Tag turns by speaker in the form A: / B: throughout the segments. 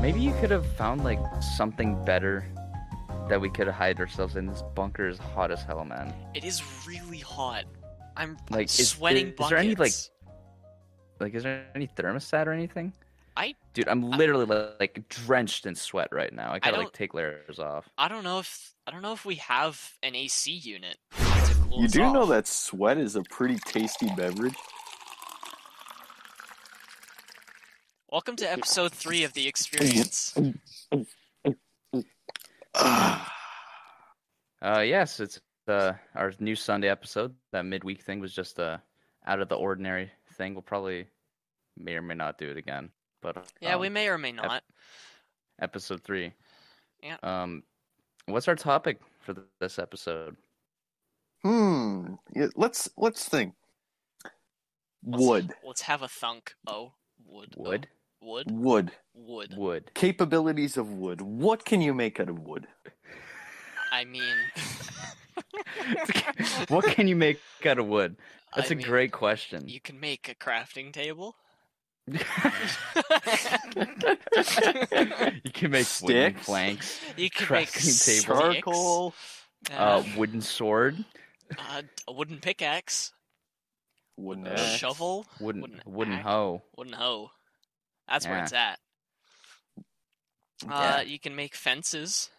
A: Maybe you could have found like something better that we could hide ourselves in. This bunker is hot as hell, man.
B: It is really hot. I'm I'm
A: Like, is-
B: sweating
A: is-
B: buckets.
A: is there any, like- Like, is there any thermostat or anything?
B: I-
A: dude, I'm
B: I-
A: literally li- like drenched in sweat right now. I gotta
B: don't-
A: like take layers off.
B: I don't know if I don't know if we have an AC unit. to cool
C: You
B: us
C: do know
B: off.
C: that sweat is a pretty tasty beverage.
B: Welcome to episode three of the experience.
C: Hmm.
A: Uh, yes, it's uh, our new Sunday episode. That midweek thing was just a out of the ordinary thing. We'll probably may or may not do it again. But
B: Yeah, we
A: um,
B: may or may not.
A: episode three.
B: Yeah.
A: Um, what's our topic for th- this episode?
C: Hmm. Yeah, let's let's think.
B: Let's-
C: Wood.
B: Let's have a thunk. Oh, wood. oh,
A: Wood.
B: wood.
C: Wood.
B: Wood.
A: Wood.
C: Capabilities of wood. What can you make out of wood?
B: I mean.
A: what can you make out of wood? That's a
B: a
A: great question.
B: You can make a crafting table.
A: you can make wooden
C: Sticks?
A: planks,
B: you can make
A: Crafting table.
B: sticks,
C: Charcoal.
A: uh,
B: Uh,
A: wooden sword,
B: uh, a wooden pickaxe,
C: Wooden
A: Uh,
B: a
C: axe.
B: shovel,
A: wooden
B: Wooden
A: wooden,
B: axe?
A: hoe.
B: wooden hoe. That's where
A: Yeah.
B: it's at.
A: Yeah.
B: Uh, You can make fences.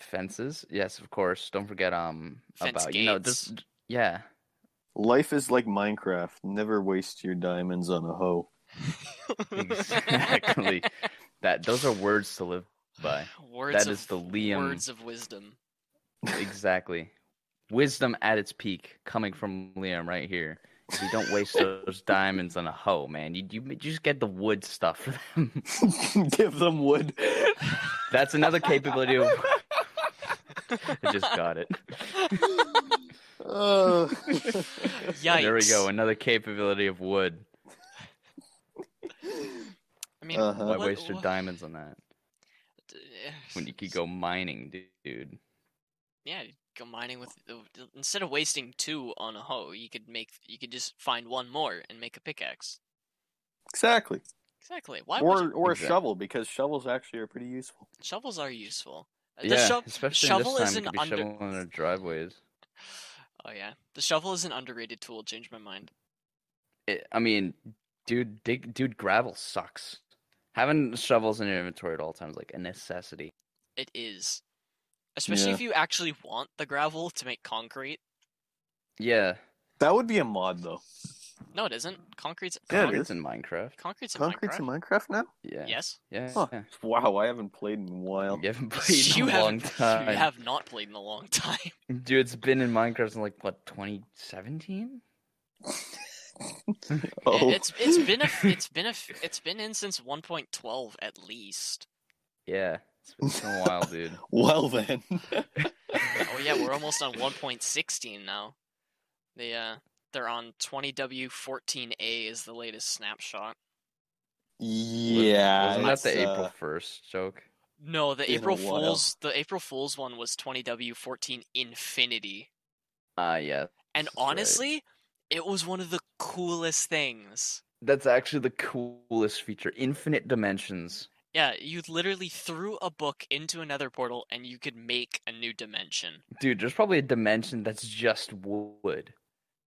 A: Fences, yes, of course. Don't forget um
B: Fence
A: about you know
B: gates.
A: this. Yeah,
C: Life is like Minecraft. Never waste your diamonds on a hoe.
A: exactly. that those are words to live by.
B: Words
A: That
B: of,
A: is the Liam.
B: words of wisdom.
A: Exactly. Wisdom at its peak, coming from Liam right here. If you don't waste those diamonds on a hoe, man, you, you you just get the wood stuff for them.
C: Give them wood.
A: That's another capability of. I just got it.
C: Uh,
B: Yikes!
A: There we go. Another capability of wood.
B: I mean,
C: Uh-huh.
A: Why
B: what-
A: waste your
B: what- uh,
A: diamonds on that when
B: When
A: you could go mining, du- dude?
B: yeah, you go mining with uh, instead of wasting two on a hoe, you could make you could just find one more and make a pickaxe.
C: exactly.
B: Exactly. Why would
C: Or or a
A: Exact-
C: shovel because shovels actually are pretty useful.
B: Shovels are useful. The
A: yeah,
B: shov-
A: especially in
B: shovel
A: this
B: is
A: time, you could
B: an
A: be
B: under-
A: shoveling in our driveways.
B: Oh yeah, the shovel is an underrated tool. Changed my mind.
A: It, I mean, dude, dig, dude, gravel sucks. Having shovels in your inventory at all times is like a necessity.
B: It is, especially
C: Yeah.
B: if you actually want the gravel to make concrete.
A: Yeah,
C: That would be a mod though.
B: No, it isn't. Concrete's
C: Yeah, it
B: conc-
A: it's in Minecraft.
B: concrete's in
C: Concrete's
B: Minecraft.
C: in Minecraft now?
A: Yeah,
B: Yes,
A: yeah.
C: Huh.
A: yeah.
C: Wow, I haven't played in a while.
A: You haven't played in
B: you
A: a
B: have
A: long time,
B: you have not played in a long time.
A: dude. It's been in Minecraft since like what 2017.
C: Oh.
B: It's it's been a it's been a it's been in since 1.12 at least.
A: Yeah, it's been, it's been a while, dude.
C: Well then.
B: Oh yeah, we're almost on 1.16 now. They uh they're on 20W14A is the latest snapshot.
C: yeah.
A: wasn't that the
C: it's, uh,
A: April first joke?
B: No, the
C: Been a
B: April
C: while.
B: Fools the April Fools one was 20W14 Infinity.
A: Ah, yeah.
B: And
A: That's right.
B: honestly, it was one of the coolest things.
A: That's actually the coolest feature. Infinite dimensions.
B: Yeah, you literally threw a book into another portal and you could make a new dimension.
A: Dude, there's probably a dimension that's just wood.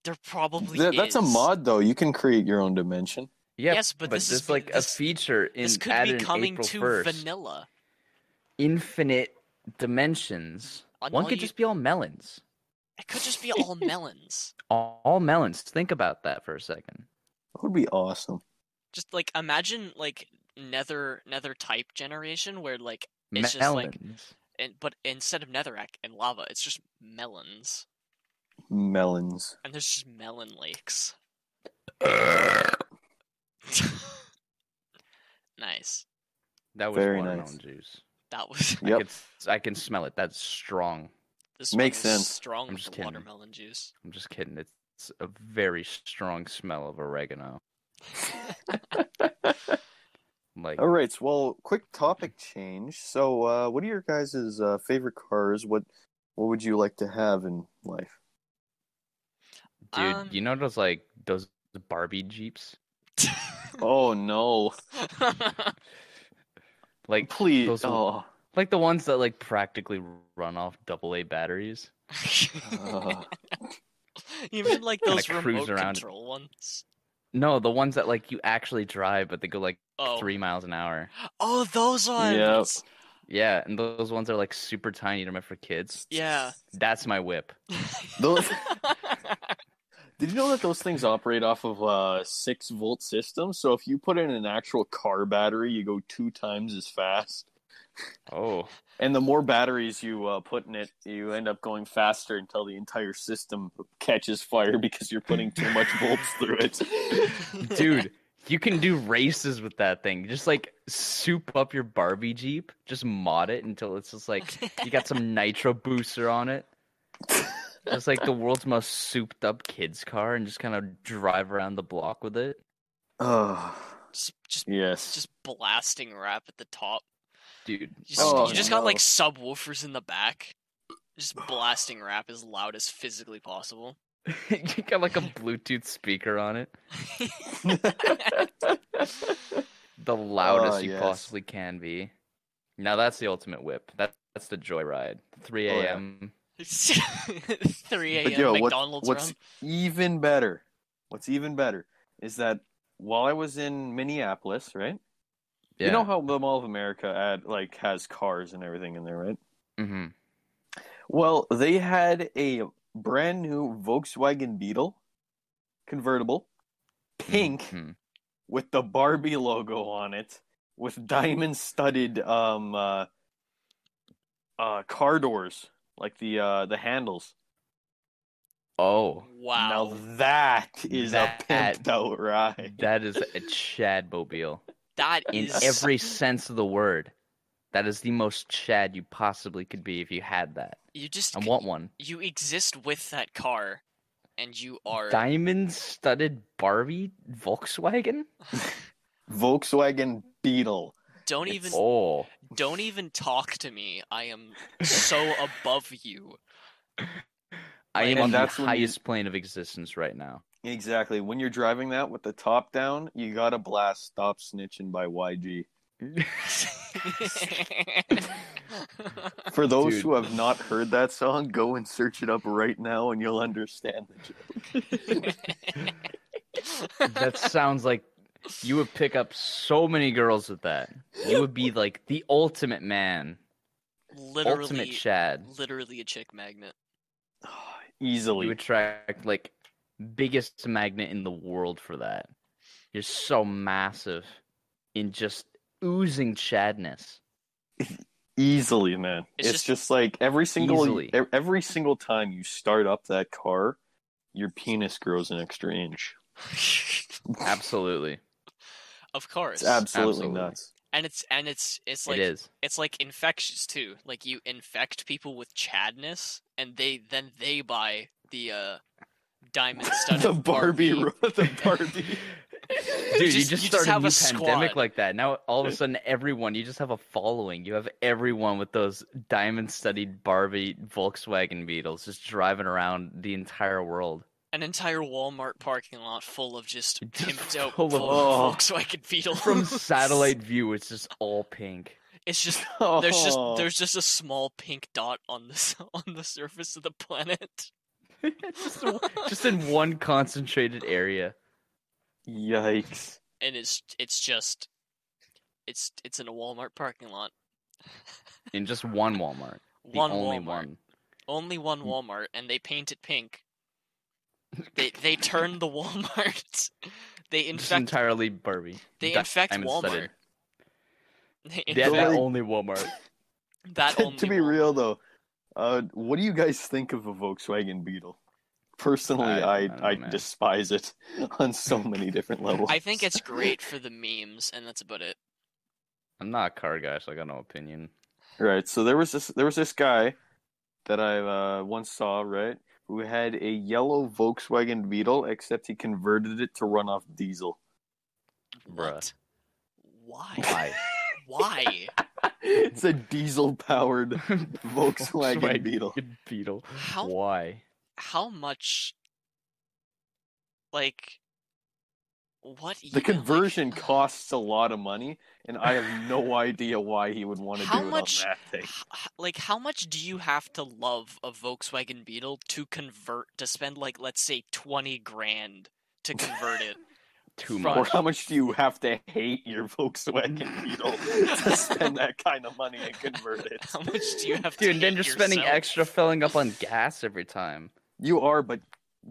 B: There probably
C: Th- that's a
B: is.
C: mod though. You can create your own dimension.
A: Yeah,
B: Yes, but this is
A: there's like
B: this-
A: a feature in
B: This could
A: added
B: be
A: in
B: coming
A: April
B: to
A: 1st.
B: vanilla.
A: Infinite dimensions.
B: And
A: One
B: all
A: could
B: you-
A: just be all melons.
B: It could just be all melons.
A: All, all melons. Think about that for a second.
C: That would be awesome.
B: Just like imagine like nether nether type generation where like It's
A: melons.
B: just like- and but instead of netherack and lava, it's just melons.
C: Melons.
B: And there's just melon lakes. nice.
A: that was
C: Very
A: watermelon
C: nice.
A: juice.
B: That was
A: I,
C: Yep.
A: could, I can smell it. That's strong.
B: this
C: Makes
B: one is
C: sense.
B: strong
A: I'm
B: with
A: just
B: the
A: kidding.
B: watermelon juice.
A: I'm just kidding. It's a very strong smell of oregano. Like
C: All right. So, well, quick topic change. So, uh, what are your guys' uh, favorite cars? What What would you like to have in life?
A: Dude,
B: Um,
A: you know those like those Barbie Jeeps?
C: Oh no!
A: Like
C: Please.
A: those-
C: oh.
A: like the ones that like practically run off double A batteries.
C: Uh,
B: you mean like
A: Kinda
B: those
A: cruise
B: remote
A: around.
B: control ones?
A: No, the ones that like you actually drive, but they go like
B: Oh,
A: three miles an hour.
B: oh, those ones.
A: Yeah, and those ones are like super tiny. They're meant for kids.
B: Yeah.
A: That's my whip.
C: those, did you know that those things operate off of a six volt system? So if you put in an actual car battery, you go two times as fast.
A: Oh,
C: And the more batteries you uh, put in it, you end up going faster until the entire system catches fire because you're putting too much volts through it.
A: dude, you can do races with that thing. Just like soup up your Barbie Jeep, just mod it until it's just like you got some nitro booster on it. It's like the world's most souped up kids car, and just kind of drive around the block with it.
C: Oh,
B: just, just,
C: yes.
B: just blasting rap at the top.
A: Dude,
B: You just,
C: Oh,
B: you just got like
C: no.
B: subwoofers in the back, just blasting rap as loud as physically possible.
A: Oh. you got like a Bluetooth speaker on it, the loudest you
C: Oh, yes.
A: possibly can be. Now that's the ultimate whip. That, that's the joyride. 3
C: Oh, yeah.
A: a.m.
B: 3 a.m.
C: But yo, what-
B: McDonald's
C: what's
B: run.
C: even better? What's even better is that while I was in Minneapolis, right? You know how the Mall of America ad like has cars and everything in there, right?
A: mm-hmm.
C: Well, they had a brand new Volkswagen Beetle convertible, pink.
A: Mhm.
C: with the Barbie logo on it, with diamond studded um uh, uh car doors, like the uh the handles.
A: Oh,
B: Wow.
C: Now that is a
A: That-
C: pimped out ride.
A: that is a Chad Mobile
B: that
A: in
B: is
A: every sense of the word. That is the most Chad you possibly could be if you had that.
B: you just
A: I want one.
B: you exist with that car and you are
A: Diamond studded Barbie Volkswagen?
C: Volkswagen Beetle.
B: don't
C: It's-
B: even
A: Oh,
B: don't even talk to me. I am so above you.
A: I
B: Like-
A: am
B: And
A: on the
C: that's when you-
A: highest plane of existence right now.
C: Exactly. When you're driving that with the top down, you gotta blast "Stop Snitching" by YG. For those
A: Dude.
C: who have not heard that song, go and search it up right now, and you'll understand the joke.
A: That sounds like you would pick up so many girls with that. You would be like the ultimate man, ultimate
B: literally
A: Chad.
B: literally a chick magnet.
C: Easily.
A: You attract like biggest magnet in the world for that. You're so massive in just oozing chadness.
C: easily man
B: It's
C: it's,
B: just-
C: just, like every single e,
A: Easily.
C: ev- every single time you start up that car your penis grows an extra inch
A: Absolutely.
B: of course.
C: it's absolutely,
A: Absolutely.
C: nuts
B: and it's and it's it's like
A: it is.
B: it's like infectious too. Like you infect people with chadness, and they then they buy the uh, diamond studded
C: the barbie ro- the barbie
A: Dude, you just, start a
B: have
A: new
B: a
A: pandemic
B: squad.
A: like that. Now all of a sudden everyone, you just have a following. You have everyone with those diamond studied Barbie Volkswagen Beetles just driving around the entire world.
B: an entire Walmart parking lot full of just
A: Just
B: pimped out
A: full of-
B: Vol-
C: Oh.
B: Volkswagen Beetle
A: From satellite view, it's just all pink.
B: It's just
C: Oh,
B: there's just there's
A: Oh.
B: just a small pink dot on the s- on the surface of the planet.
A: just, just in one concentrated area.
C: yikes
B: and it's it's just it's it's in a Walmart parking lot.
A: In just one Walmart. The
B: One
A: only
B: Walmart,
A: one. Hmm.
B: only one Walmart, and they paint it pink. They they turn the Walmart. They
A: Just
B: infect
A: entirely Barbie.
B: they
A: Di-
B: infect
A: diamond-studded.
B: Walmart. They
A: Yeah,
B: infect
A: that
C: Like-
A: only Walmart.
B: that
C: to,
B: only.
C: be
B: Walmart.
C: real though uh what do you guys think of a volkswagen beetle personally
A: I- I
C: i i,
A: don't know, man.
C: despise it on so many different levels
B: I think it's great for the memes, and that's about it.
A: I'm not a car guy, so I got no opinion.
C: Right. So there was this there was this guy that I uh, once saw, right, who had a yellow Volkswagen Beetle, except he converted it to run off diesel.
A: Bruh.
B: What? Why?
A: Why?
B: Why?
C: it's a diesel powered Volkswagen,
A: Volkswagen
C: Beetle.
A: Beetle.
B: How
A: Why?
B: how much? Like, What
C: The
B: even?
C: conversion
B: Like,
C: costs a lot of money, and I have no idea why he would want to
B: How
C: do
B: much-
C: it on that thing.
B: h- h- like how much do you have to love a Volkswagen Beetle to convert to spend like let's say twenty grand to convert it?
A: Too
B: Fuck.
C: Or
A: much.
C: how much do you have to hate your Volkswagen Beetle to spend that kind of money and convert it?
B: How much do you have to?
A: Dude, and then
B: hate
A: you're spending
B: yourself?
A: extra filling up on gas every time.
C: You are, but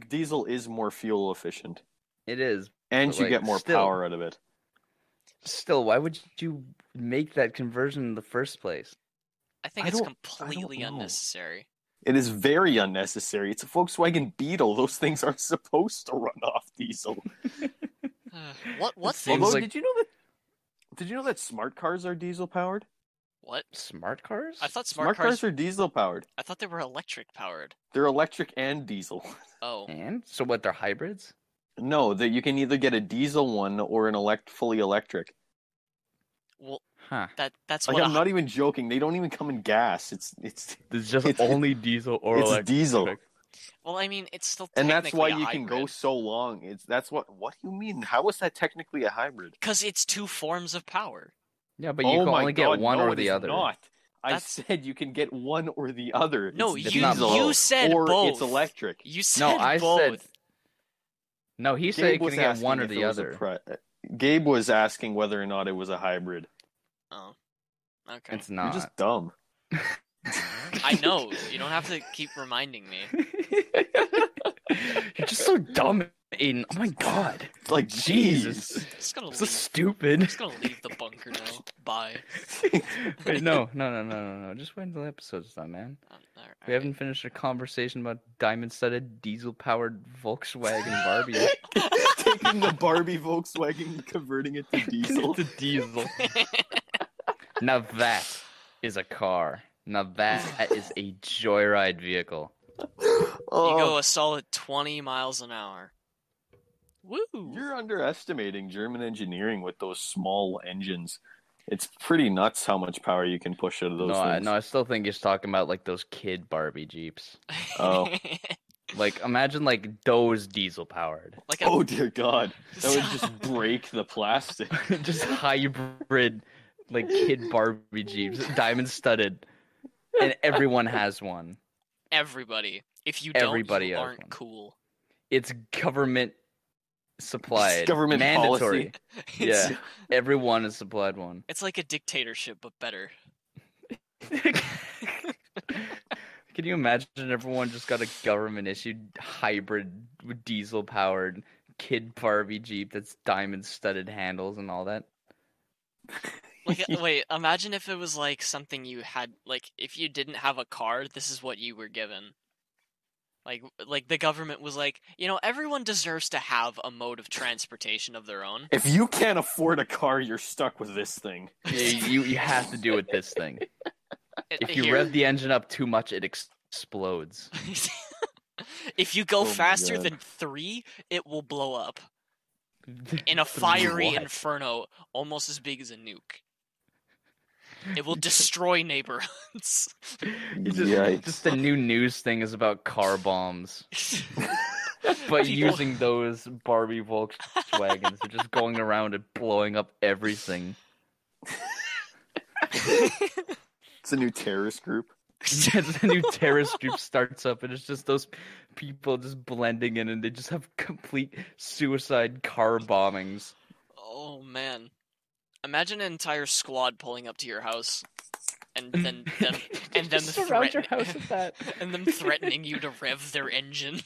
C: diesel is more fuel efficient,
A: It is.
C: and
A: But,
C: you
A: like,
C: get more
A: still-
C: power out of it.
A: Still, why would you make that conversion in the first place?
B: I think
C: I
B: it's
C: don't-
B: completely
C: know.
B: unnecessary.
C: It is very unnecessary. It's a Volkswagen Beetle. Those things aren't supposed to run off diesel.
B: Ugh, what? What?
A: Seems
C: Although,
A: like-
C: did you know that? Did you know that smart cars are diesel powered?
B: What?
A: Smart cars?
B: I thought
C: Smart, cars are diesel powered.
B: I thought they were electric powered.
C: They're electric and diesel.
B: Oh,
A: And so what? They're hybrids?
C: No, that you can either get a diesel one or an elect fully electric.
B: well,
A: Huh?
B: that that's
C: Like
B: what.
C: I'm
B: a-
C: not even joking. They don't even come in gas. It's it's
A: There's just
C: It's-
A: only diesel or
C: it's
A: electric.
C: diesel.
B: Well, I mean, it's still.
C: And that's why you can go so long. It's that's what what do you mean? How is that technically a hybrid?
B: Because it's two forms of power.
A: Yeah, but you
C: oh
A: can
C: my
A: only
C: God,
A: get one
C: no,
A: or
C: it
A: the
C: is
A: other.
C: Not. I
B: That's-
C: said you can get one or the other.
B: No,
C: It's
B: you
C: diesel
B: you said
C: or
B: both.
C: it's electric.
B: You said
A: No, I
B: both.
A: said No, he said you
C: Gabe was
A: can get one
C: asking
A: or
C: if
A: the
C: it was a
A: other.
C: pri- Gabe was asking whether or not it was a hybrid.
B: Oh, okay.
A: It's not.
C: You're just dumb.
B: I know. You don't have to keep reminding me.
A: You're just so dumb, Aiden. Oh my god.
C: Like
A: Jesus.
B: I'm
C: Jesus.
B: just gonna leave.
A: So
B: I'm
A: stupid.
B: just gonna leave the bunker now. Bye.
A: Wait, no, no, no, no, no, no. Just wait until the episode's done, man.
B: Um, all right,
A: We haven't finished a conversation about diamond studded diesel powered Volkswagen Barbie. yet.
C: Taking the Barbie Volkswagen and converting it to diesel.
A: It's a diesel. now that is a car. Now that is a joyride vehicle.
B: You go
C: oh,
B: a solid 20 miles an hour. Woo!
C: you're underestimating German engineering with those small engines. It's pretty nuts how much power you can push out of those
A: No, I,
C: things.
A: no, I still think he's talking about like those kid Barbie Jeeps.
C: Oh.
A: Like, imagine like those diesel powered.
B: like a,
C: Oh dear God, that would just break the plastic.
A: just hybrid like kid Barbie Jeeps, diamond studded, and everyone has one.
B: everybody. If you don't,
A: Everybody
B: you
A: has
B: aren't
A: one.
B: cool.
A: It's government supplied,
C: It's government
A: mandatory.
C: policy.
B: It's,
A: Yeah. Everyone is supplied one.
B: it's like a dictatorship, but better.
A: Can you imagine everyone just got a government issued hybrid diesel powered kid Barbie Jeep that's diamond studded handles and all that?
B: Like, uh, wait, imagine if it was like something you had, like, if you didn't have a car, this is what you were given. Like, like the government was like, you know, everyone deserves to have a mode of transportation of their own.
C: If you can't afford a car, you're stuck with this thing.
A: You, you, you have to do with this thing. If you
B: Here-
A: rev the engine up too much, it ex- explodes.
B: if you go
C: Oh my
B: faster
C: God.
B: than three, it will blow up in a fiery
A: What?
B: inferno almost as big as a nuke. It will destroy neighborhoods.
A: It's just, just the new news thing is about car bombs, but
B: People-
A: using those Barbie Volkswagens, they're just going around and blowing up everything.
C: It's a new terrorist group.
A: Yeah, the new terrorist group starts up, and it's just those people just blending in, and they just have complete suicide car bombings.
B: Oh man. Imagine an entire squad pulling up to your house and then them and them
A: just surround your
B: threaten-
A: house with that.
B: and them threatening you to rev their engines.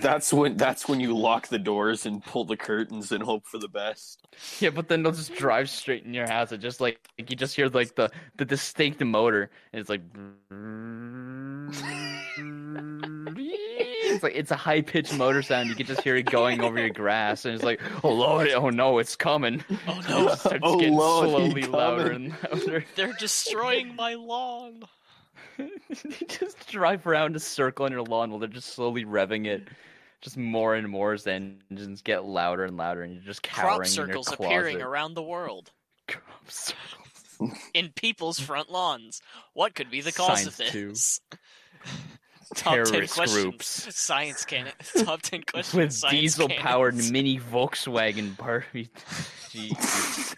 C: That's when that's when you lock the doors and pull the curtains and hope for the best.
A: Yeah, but then they'll just drive straight in your house, and just like you just hear like the the distinct motor, and it's like. It's like it's a high pitched motor sound. You can just hear it going over your grass, and it's like, oh lord, oh no, it's coming.
B: oh
A: It
B: no,
A: just starts
C: Oh,
A: getting
C: Lord, he
A: slowly louder
C: coming.
A: and louder.
B: they're destroying my lawn.
A: you just drive around a circle on your lawn while they're just slowly revving it, just more and more as the engines get louder and louder, and you're just cowering
B: Crop circles
A: in your closet.
B: appearing around the world
A: Crop circles.
B: in people's front lawns. What could be the cause
A: Science
B: of
A: too.
B: this? Top ten
A: Terrorist
B: questions.
A: groups.
B: Science can. Top ten questions.
A: with
B: science
A: diesel powered
B: cannons.
A: mini Volkswagen Barbie. Jesus.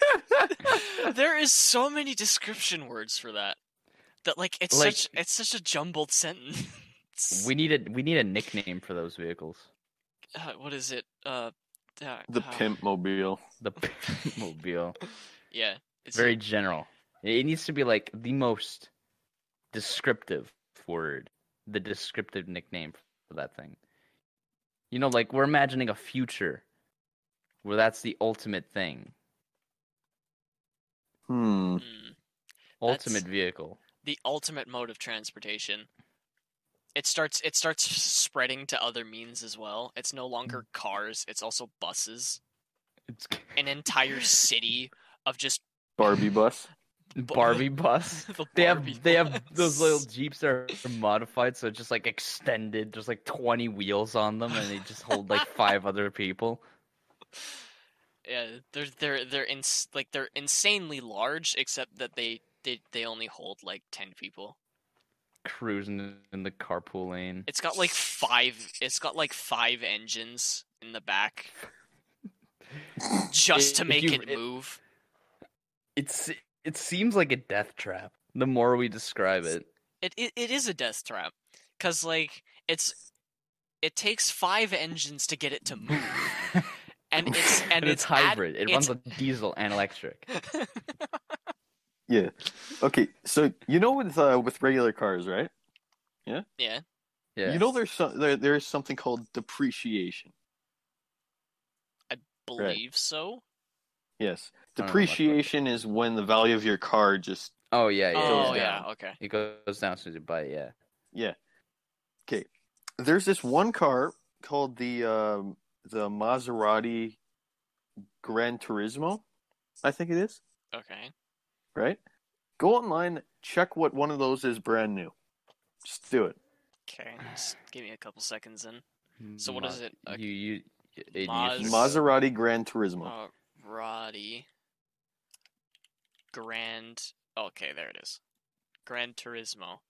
B: there is so many description words for that. That like it's
A: Like-
B: such it's such a jumbled sentence.
A: we need a we need a nickname for those vehicles.
B: uh, what is it? Uh, uh
C: The
B: uh,
C: pimp mobile.
A: The mobile.
B: Yeah, it's
A: Very general. It needs to be like the most descriptive word, the descriptive nickname for that thing. You know, like we're imagining a future where that's the ultimate thing,
C: Hmm.
B: Mm,
A: ultimate vehicle.
B: the ultimate mode of transportation. It starts it starts spreading to other means as well. It's no longer
A: Mm.
B: cars, it's also buses.
A: It's
B: An entire city of just
C: Barbie bus.
A: Barbie bus.
B: the
A: They have
B: Barbie
A: they have those little
B: bus.
A: jeeps that are modified, so just like extended, just like twenty wheels on them, and they just hold like five other people.
B: Yeah, uh, they're they're they're ins- like they're insanely large, except that they they they only hold like ten people.
A: cruising in the carpool lane.
B: It's got like five. It's got like five engines in the back, just to
A: If
B: make
A: you-
B: it
A: it-
B: move.
A: It's it seems like a death trap. The more we describe it,
B: It it, it is a death trap, cause like it's it takes five engines to get it to move,
A: and,
B: and it's and,
A: it's,
B: ad-
A: hybrid. it runs
B: it's-
A: on diesel and electric.
C: Yeah. Okay. So you know with uh, with regular cars, right?
B: yeah,
A: Yeah,
C: You know there's some, there there's something called depreciation.
B: believe so.
C: Yes.
A: I don't know much about
C: Depreciation is when the value of your car just
A: oh yeah, yeah.
B: oh
A: yeah.
B: yeah, okay.
A: It goes down as soon as you buy it. Yeah,
C: yeah. Okay. There's this one car called the um, the Maserati Gran Turismo, I think it is,
B: Okay.
C: right? Go online, check what one of those is brand new. Just do it.
B: Okay. Just give me a couple seconds in. So what
A: Ma-
B: is it? A
A: You you. It
B: Maz-
A: uses-
C: Maserati Gran Turismo.
A: Oh,
B: Uh, Roddy. Grand. Okay, there it is. Gran Turismo.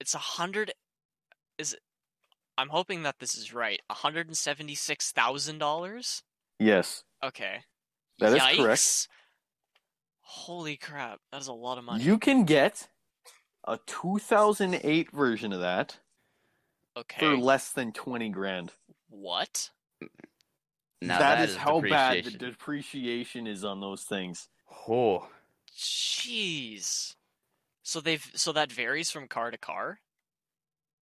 B: It's a hundred. Is it? I'm hoping that this is right. A hundred and seventy-six thousand dollars.
C: Yes.
B: Okay.
C: That is
B: Yikes.
C: correct.
B: Holy crap! That is a lot of money.
C: You can get a 2008 version of that
B: okay.
C: for less than 20 grand.
B: What?
A: Now
C: that is, how bad the
A: depreciation.
C: depreciation is on those things.
A: oh,
B: Jeez. So they've so that varies from car to car.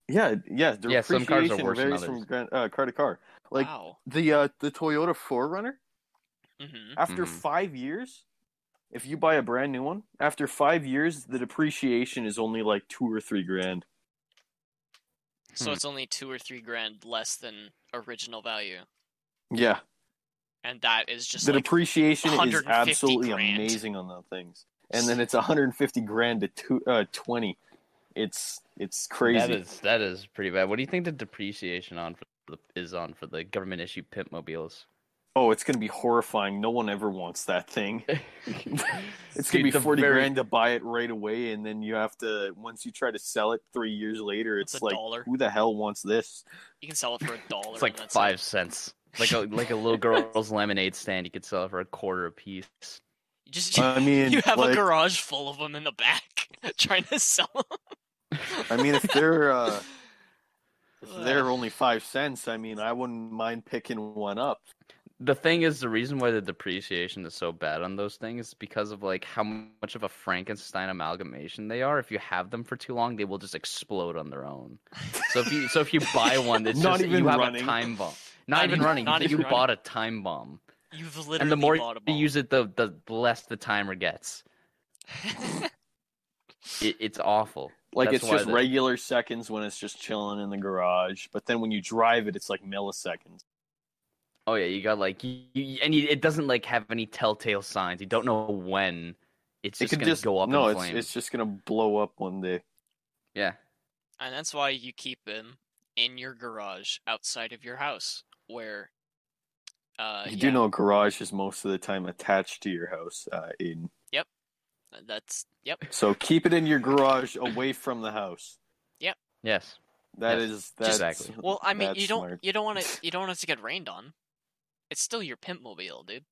C: Yeah, yeah. Depreciation
A: Yeah, some cars are worse than
C: varies
A: others.
C: from gran- uh, car to car. Like
B: wow.
C: the uh, the Toyota 4Runner,
B: hmm
C: after
A: Mhm.
C: five years, if you buy a brand new one, after five years, the depreciation is only like two or three grand.
B: So
A: Hmm.
B: it's only two or three grand less than original value,
C: Yeah,
B: and that is just
C: the
B: like
C: depreciation is
B: 150
C: absolutely
B: grand.
C: amazing on those things. And then it's 150 grand to two, uh, 20. It's it's crazy.
A: That is that is pretty bad. What do you think the depreciation on for the, is on for the government issue pimp mobiles?
C: Oh, it's gonna be horrifying. No one ever wants that thing. It's gonna
A: Dude,
C: be
A: the
C: forty
A: very-
C: grand to buy it right away, and then you have to once you try to sell it three years later,
B: It's
C: it's,
B: a
C: like
B: dollar.
C: who the hell wants this?
B: you can sell it for a dollar.
A: It's like
B: and that's it.
A: five cents. Like a like a little girl's lemonade stand, you could sell it for a quarter a piece.
B: You just
C: I mean,
B: you have a
C: Uh, like-
B: garage full of them in the back trying to sell them.
C: I mean, if they're uh, if they're only five cents, I mean, I wouldn't mind picking one up.
A: The thing is, the reason why the depreciation is so bad on those things is because of like how much of a Frankenstein amalgamation they are. If you have them for too long, they will just explode on their own. So if you so if you buy one, it's
C: Not
A: just
C: even
A: you have
C: running.
A: a time bomb. Not,
B: Not
A: even
B: even-
A: running.
B: not
A: you
B: even running.
A: bought a time bomb.
B: You've literally
A: and the more
B: bought a
A: you
B: ball.
A: use it, the the less the timer gets. It, it's awful.
C: Like
A: That's
C: it's
A: why
C: just
A: the-
C: regular seconds when it's just chilling in the garage, but then when you drive it, it's like milliseconds.
A: Oh yeah, you got like you, you- and you, it doesn't like have any telltale signs. You don't know when it's
C: it
A: just
C: could
A: gonna
C: just
A: go up
C: No,
A: in
C: it's
A: flames.
C: it's just gonna blow up one day.
A: Yeah,
B: and that's why you keep them in your garage outside of your house, where uh,
C: you
B: yeah,
A: Uh,
C: do know a garage is most of the time attached to your house. Uh, in
B: That's yep.
C: uh, So keep it in your garage away from the house.
A: Yes.
C: That
A: Yes,
C: is that's
A: exactly.
B: Well, I mean,
C: that's
B: you don't
C: smart.
B: you don't want to you don't want it to get rained on. It's still your pimp mobile, dude.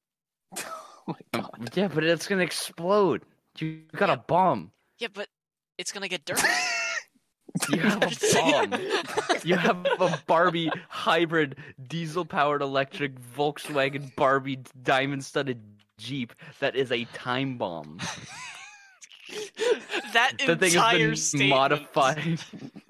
C: Oh my God.
A: Um, Yeah, but it's gonna explode. You got
B: Yeah.
A: a bomb.
B: Yeah, but it's gonna get dirty.
A: You have a bomb. You have a Barbie hybrid diesel powered electric Volkswagen Barbie diamond studded Jeep that is a time bomb.
B: that
A: The thing has
B: entire
A: been
B: statement.
A: modified.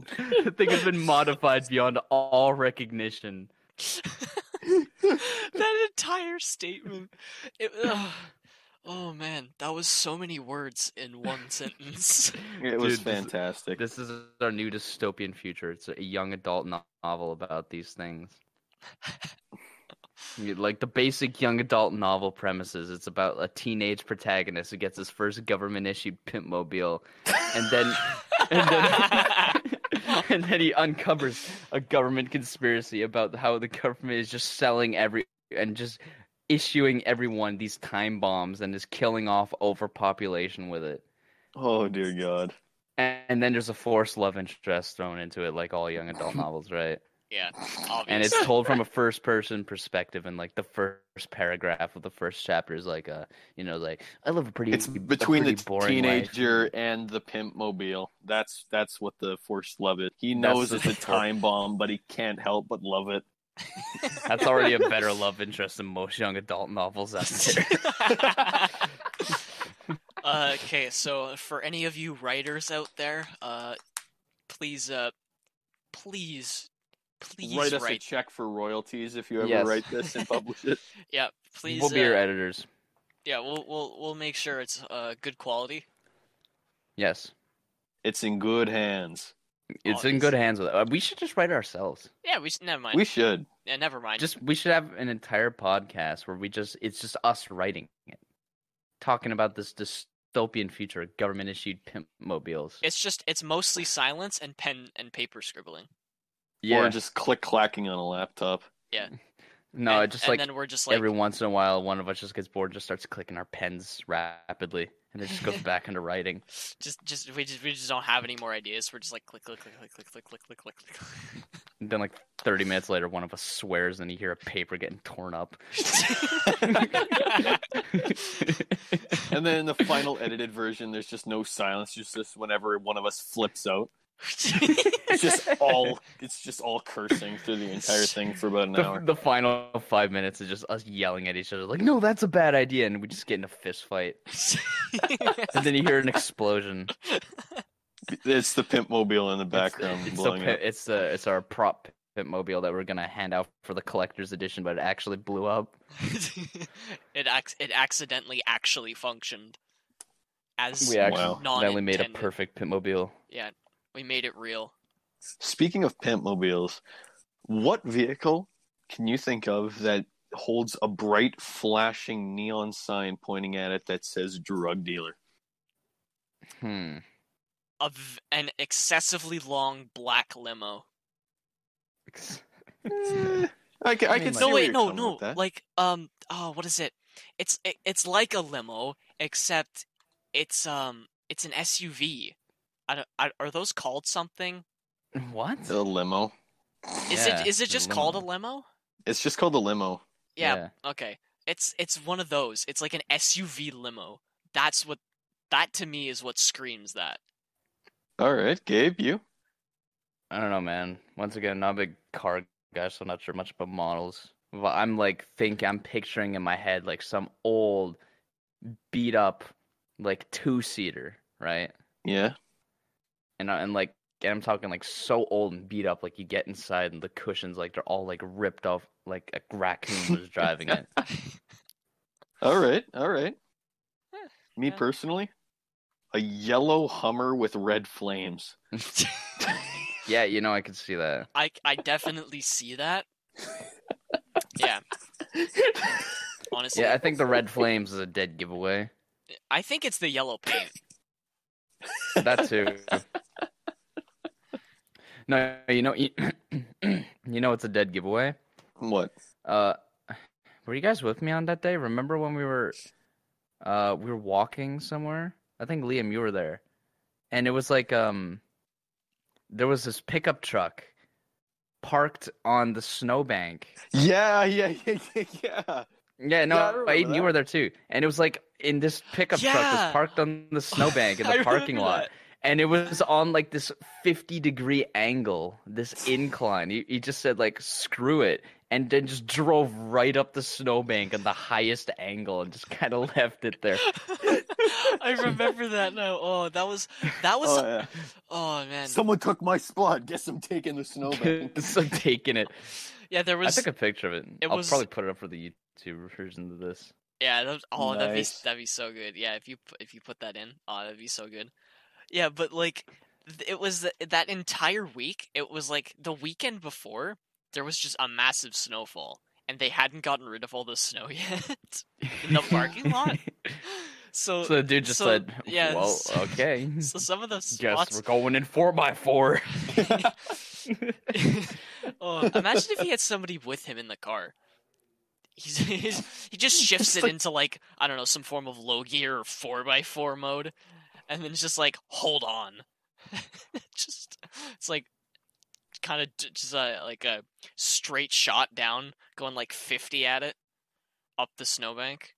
A: the thing has been modified beyond all recognition.
B: that entire statement. It, ugh. Oh man, that was so many words in one sentence.
C: It was
A: Dude, this-
C: fantastic.
A: This is our new dystopian future. It's a young adult no- novel about these things. You- Like the basic young adult novel premises, it's about a teenage protagonist who gets his first government issued pimp mobile, and then and then and then he uncovers a government conspiracy about how the government is just selling every and just issuing everyone these time bombs and is killing off overpopulation with it.
C: oh dear God.
A: And, and then there's a forced love interest thrown into it, like all young adult novels, right?
B: yeah,
A: and
B: obviously.
A: it's told from a first person perspective and like the first paragraph of the first chapter is like uh you know like i live a pretty
C: It's
A: a
C: between the
A: pretty boring
C: teenager
A: life.
C: and the pimp mobile. That's that's what the force love it. He
A: That's
C: knows
A: the
C: it's a
A: force.
C: time bomb, but he can't help but love it.
A: that's already a better love interest than most young adult novels out there
B: Uh, okay, so for any of you writers out there, uh, please, uh, please, please
C: write us a check for royalties if you ever
A: Yes.
C: write this and publish it.
B: yeah, please.
A: we'll be your
B: uh,
A: editors
B: Yeah, we'll we'll we'll make sure it's uh good quality.
A: yes
C: It's in good hands.
A: it's in good
B: Obviously.
A: hands with uh, we should just write it ourselves
B: Yeah, we should. Never mind.
C: We should.
B: yeah, never mind.
A: just we should have an entire podcast where we just it's just us writing it talking about this dystopian future of government issued pimp mobiles
B: it's just it's mostly silence and pen and paper scribbling.
C: Or just click clacking on a laptop.
A: no
B: and,
A: just
B: and
A: like
B: then we're just like
A: every once in a while one of us just gets bored and just starts clicking our pens rapidly and it just goes back into writing
B: just just we just we just don't have any more ideas. We're just like click click click click click click click click click. click.
A: and then like 30 minutes later one of us swears and you hear a paper getting torn up
C: And then in the final edited version, there's just no silence. It's just whenever one of us flips out. It's just all it's just all cursing through the entire thing for about an
A: the,
C: hour.
A: the final five minutes is just us yelling at each other like no that's a bad idea and we just get in a fist fight and then you hear an explosion
C: It's the pimp mobile in the
A: It's-
C: background
A: it's, the
C: blowing
A: pi-
C: up.
A: it's, uh, it's our prop pit mobile that we're gonna hand out for the collector's edition but it actually blew up
B: it ac- it accidentally actually functioned as
A: we
C: act-
A: actually
C: Wow.
A: accidentally made a
B: non-intended.
A: perfect pit mobile
B: yeah we made it real
C: Speaking of pimp mobiles, what vehicle can you think of that holds a bright flashing neon sign pointing at it that says drug dealer?
A: hmm
B: a v- an excessively long black limo
C: Eh, I can, I
A: I mean, like-
C: can see
B: no
C: where
B: wait
C: you're
B: no
C: coming
B: no
C: with that.
B: like um oh what is it it's it, it's like a limo except it's um it's an suv I don't, I, are those called something
A: What?
C: the limo.
B: is
A: Yeah,
B: it is it
A: a
B: just called a
A: limo.
B: limo
C: It's just called the limo.
B: yeah, okay it's it's one of those it's like an suv limo that's what that to me is what screams that
C: All right, Gabe, you.
A: I don't know, man. Once again, not a big car guy, so I'm not sure much about models. But I'm like think I'm picturing in my head like some old, beat up, like two seater, right?
C: Yeah.
A: And I- and like and I'm talking like so old and beat up. Like you get inside and the cushions like they're all like ripped off. Like a raccoon was driving it.
C: All right. All right.
B: Eh,
C: Me
B: yeah.
C: personally, a yellow Hummer with red flames.
A: Yeah, you know I could see that.
B: i i definitely see that yeah honestly
A: Yeah, I think the red flames is a dead giveaway.
B: i think it's the yellow paint
A: That too. no, you know, you, you know, it's a dead giveaway.
C: What?
A: Uh, were you guys with me on that day? Remember when we were, uh, we were walking somewhere? I I think Liam, you were there, and it was like um, there was this pickup truck parked on the snowbank.
C: Yeah, yeah, yeah, yeah, yeah.
A: Yeah, no,
C: Yeah, I remember
A: Aiden,
C: that.
A: you were there too, and it was like in this pickup truck
B: Yeah.
A: was parked on the snowbank in
B: I
A: the parking
B: remember
A: lot,
B: that.
A: and it was on like this fifty degree angle, this incline. He, he just said like screw it, and then just drove right up the snowbank on the highest angle and just kind of left it there.
B: I remember that now. Oh, that was that was.
C: Oh,
B: Oh,
C: yeah.
B: man.
C: Someone took my spot. Guess I'm taking the snowman.
A: so taking it.
B: yeah, there
A: I
B: was.
A: took a picture of it.
B: it
A: I'll
B: was-
A: probably put it up for the YouTube version of this.
B: Yeah, that was, oh, that'd be
C: Nice.
B: that'd be so good. Yeah, if you pu- if you put that in, oh, that'd be so good. Yeah, but like, th- it was th- that entire week. It was like the weekend before there was just a massive snowfall, and they hadn't gotten rid of all the snow yet in the parking lot. So,
A: so the dude just
B: so,
A: said,
B: yeah,
A: "Well,
B: so-
A: okay."
B: so some of the
A: Guess
B: spots.
A: we're going in four by four.
B: oh, imagine if he had somebody with him in the car. He's, he's he just shifts it into like I don't know some form of low gear or four x four mode, and then it's just like hold on, just it's like kind of just a, like a straight shot down, going like fifty at it up the snowbank,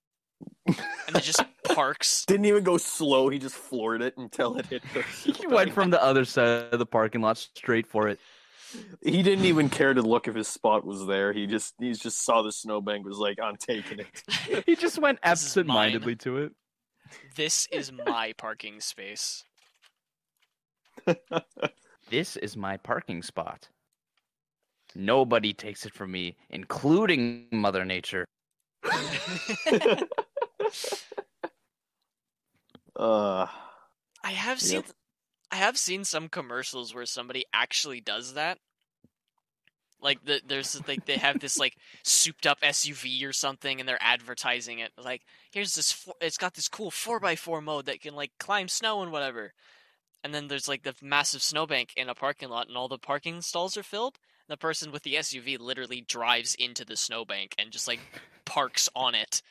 B: and then just parks.
C: Didn't even go slow. He just floored it until it hit the.
A: he went from the other side of the parking lot straight for it.
C: He didn't even care to look if his spot was there. He just he just saw the snowbank was like, I'm taking it.
A: He just went
B: This is mine.
A: absent-mindedly to it.
B: This is my parking space.
A: This is my parking spot. Nobody takes it from me, including Mother Nature.
C: Uh,
B: I have seen, I have seen some commercials where somebody actually does that. Like the, there's like they have this like souped up SUV or something, and they're advertising it. Like here's this, four, it's got this cool four x four mode that can like climb snow and whatever. And then there's like the massive snowbank in a parking lot, and all the parking stalls are filled. And the person with the SUV literally drives into the snowbank and just like parks on it.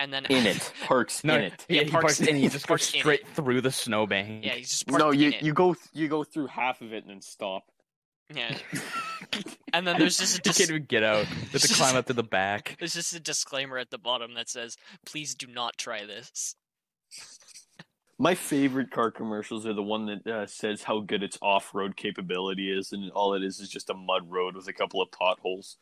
B: And then
C: in it. Parks in it.
B: Yeah,
A: he
B: parks-
A: parks and he just goes
B: parks in it.
A: straight through the snowbank.
B: yeah, he's just parked
C: No,
B: in
C: you
B: it.
C: you go you go through half of it and then stop.
B: Yeah. and then there's just a
A: he
B: dis-
A: can't even get out. You have to climb up to the back.
B: there's just a disclaimer at the bottom that says, "Please do not try this."
C: My favorite car commercials are the one that uh, says how good its off-road capability is, and all it is is just a mud road with a couple of potholes.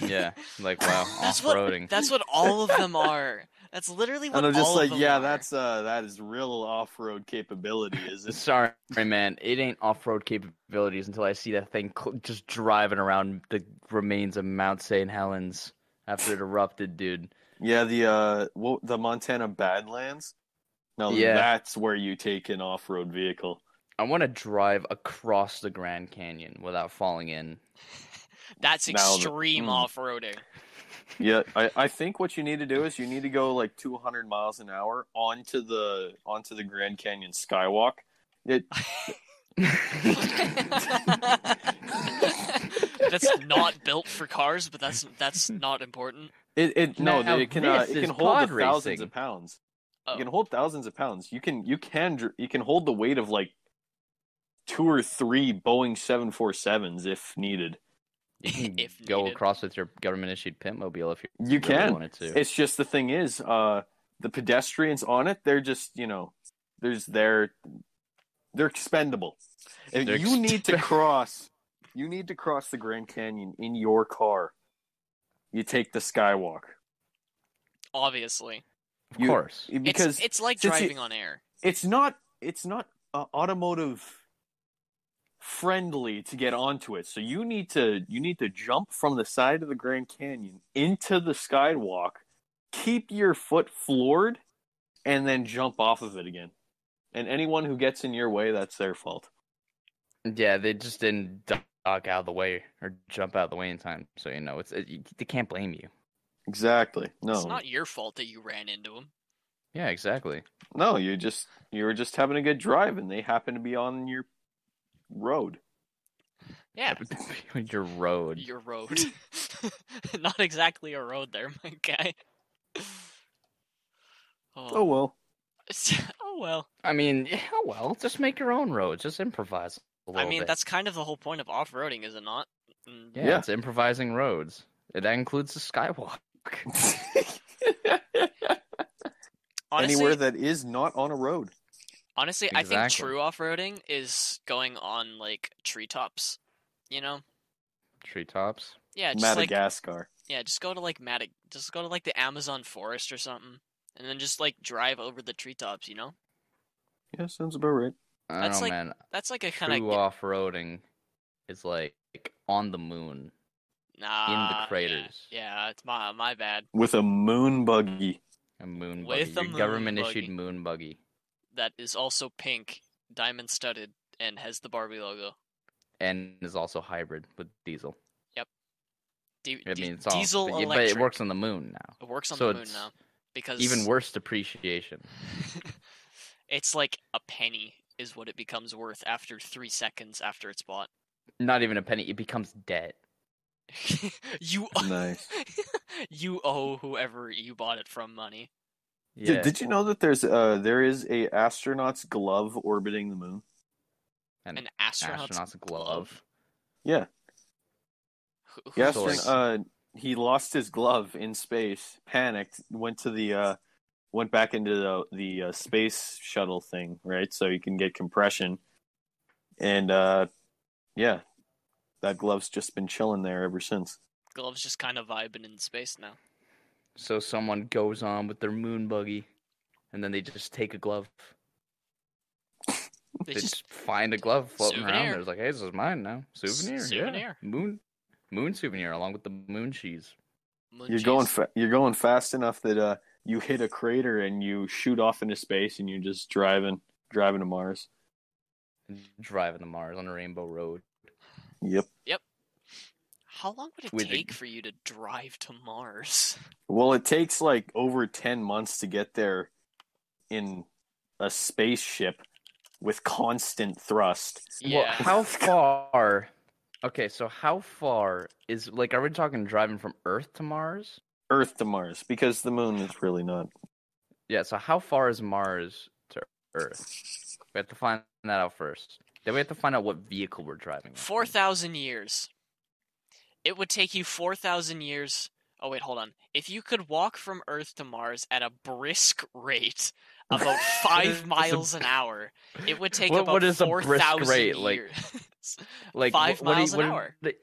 A: Yeah, like wow,
B: That's what-
A: off-roading.
B: That's what all of them are. That's literally what
C: And I'm just
B: all of
C: like,
B: them
C: yeah,
B: are.
C: that's uh, that is real off-road capability, is it?
A: Sorry, man. It ain't off-road capabilities until I see that thing cl- just driving around the remains of Mount St. Helens after it erupted, dude.
C: Yeah, the uh, what, the Montana Badlands. Now
A: Yeah.
C: that's where you take an off-road vehicle.
A: I want to drive across the Grand Canyon without falling in.
B: that's
C: now the-
B: extreme
C: mm.
B: off-roading.
C: Yeah, I, I think what you need to do is you need to go like 200 miles an hour onto the onto the Grand Canyon skywalk. It,
B: that's not built for cars, but that's that's not important.
C: it, it no,
A: Now
C: it can uh,
A: this
C: it
A: is
C: can hold
A: pod
C: the thousands
A: racing.
C: of pounds.
B: Oh.
C: You can hold thousands of pounds. You can you can dr- you can hold the weight of like two or three Boeing 747s if needed.
A: You can
B: If
A: go
B: needed.
A: across with your government-issued pimp mobile if you
C: You
A: really
C: can.
A: wanted to.
C: It's just the thing is, uh, the pedestrians on it, they're just you know, there's they're they're expendable. If
A: They're
C: you need to cross, you need to cross the Grand Canyon in your car. You take the skywalk
B: Obviously,
A: of
C: you-
A: course.
C: because
B: it's it's like
C: since you-
B: driving on air.
C: it's not it's not uh, automotive friendly to get onto it. So you need to you need to jump from the side of the Grand Canyon into the skywalk, keep your foot floored, and then jump off of it again. And anyone who gets in your way, that's their fault.
A: Yeah, they just didn't duck out of the way or jump out of the way in time. So you know, it's it, you- they can't blame you.
C: Exactly. No.
B: It's not your fault that you ran into him.
A: Yeah, exactly.
C: No, you just you were just having a good drive and they happen to be on your road.
B: Yeah,
A: your road.
B: your road. Not exactly a road there, my guy.
C: Oh
B: Oh,
C: well.
B: oh well.
A: I mean, yeah, well, just make your own roads. Just improvise. a
B: I
A: little
B: mean,
A: bit.
B: that's kind of the whole point of off-roading, is it not? Mm,
A: yeah,
C: Yeah.
A: It's improvising roads. That includes the skywalk.
B: Honestly,
C: Anywhere that is not on a road.
B: honestly, I think
A: Exactly.
B: true off-roading is going on like treetops. You know?
A: Treetops.
B: Yeah, just like
C: Madagascar.
B: yeah, just go to like Madag, just go to like the Amazon forest or something, and then just like drive over the treetops. You know?
C: Yeah, sounds about right.
A: I don't
B: That's
A: know,
B: like
A: man.
B: That's like a kind
A: True
B: of
A: off roading is like on the moon.
B: nah yeah,
A: craters.
B: Yeah, it's my my bad.
C: With a moon buggy.
A: A moon buggy.
B: With a
A: Your
B: moon
A: government
B: buggy.
A: issued moon buggy.
B: That is also pink, diamond studded, and has the Barbie logo.
A: And is also hybrid with diesel.
B: D-
A: I
B: d-
A: mean, it's all
B: diesel
A: but, yeah, but
B: electric.
A: it works on the moon now.
B: It works on
A: so
B: the moon
A: it's
B: now because
A: Even worse depreciation.
B: it's like a penny is what it becomes worth after three seconds after it's bought.
A: Not even a penny. It becomes debt.
B: you owe,
C: Nice.
B: you owe whoever you bought it from money.
A: Yeah.
C: Did, did you know that there's uh there is a astronaut's glove orbiting the moon?
A: An
B: An astronaut's,
A: astronaut's glove.
C: Yeah.
B: who- who
C: The
A: Yes,
B: thought-
A: Source.
C: astronaut, uh he lost his glove in space, panicked, went to the uh went back into the the uh, space shuttle thing, right? So he can get compression. And uh yeah. That glove's just been chilling there ever since.
B: gloves just kind of vibing in space now.
A: So someone goes on with their moon buggy, and then they just take a glove. They,
B: They just
A: just find a glove floating
B: Souvenir.
A: around. There's like, hey, this is mine now. Souvenir,
B: souvenir.
A: yeah. Moon, moon souvenir, along with the moon cheese.
B: moon
C: You're
B: cheese.
C: going fa- you're going fast enough that uh you hit a crater and you shoot off into space and you're just driving driving to Mars.
A: And driving to Mars on a rainbow road.
C: Yep.
B: How long would it
A: with the-
B: take for you to drive to Mars?
C: Well, it takes like over 10 months to get there in a spaceship with constant thrust.
A: Well,
B: Yeah.
A: how far? Okay, so how far is like? Are we talking driving from Earth to Mars?
C: Earth to Mars because the moon is really not.
A: Yeah. So how far is Mars to Earth? We have to find that out first. Then we have to find out what vehicle we're driving. on.
B: Four thousand years. It would take you four thousand years. Oh wait, hold on. If you could walk from Earth to Mars at a brisk rate, about
A: It's
B: five
A: a-
B: miles an hour, it would take
A: What-
B: about
A: what is a
B: four
A: brisk
B: thousand
A: rate?
B: years.
A: Like- like
B: five
A: what, what do
B: miles
A: you-
B: an
A: what do-
B: hour.
A: the-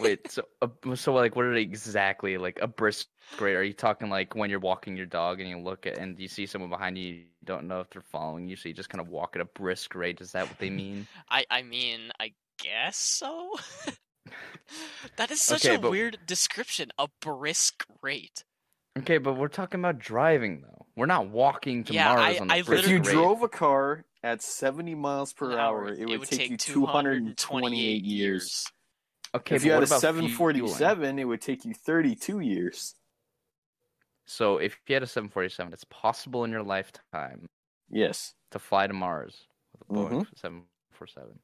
A: wait, so uh, so like what are they exactly like a brisk rate? Are you talking like when you're walking your dog and you look at and you see someone behind you, you don't know if they're following you, so you just kind of walk at a brisk rate? Is that what they mean?
B: I I mean, I guess so. that is such
A: Okay,
B: a
A: but-
B: weird description. A brisk rate.
A: Okay, but we're talking about driving though. We're not walking to
B: Yeah,
A: Mars
B: I-
A: on the
B: I
A: brisk
C: If you
B: literally-
A: rate.
C: drove a car at 70 miles per
B: An
C: hour, it would, take, you 228 years.
A: Okay,
C: if
A: but
C: you had
A: what
C: a
A: about
C: 747,
A: fueling?
C: it would take you 32 years.
A: So if you had a 747, it's possible in your lifetime
C: Yes.
A: to fly to Mars with a Boeing
C: Mm-hmm.
A: 747.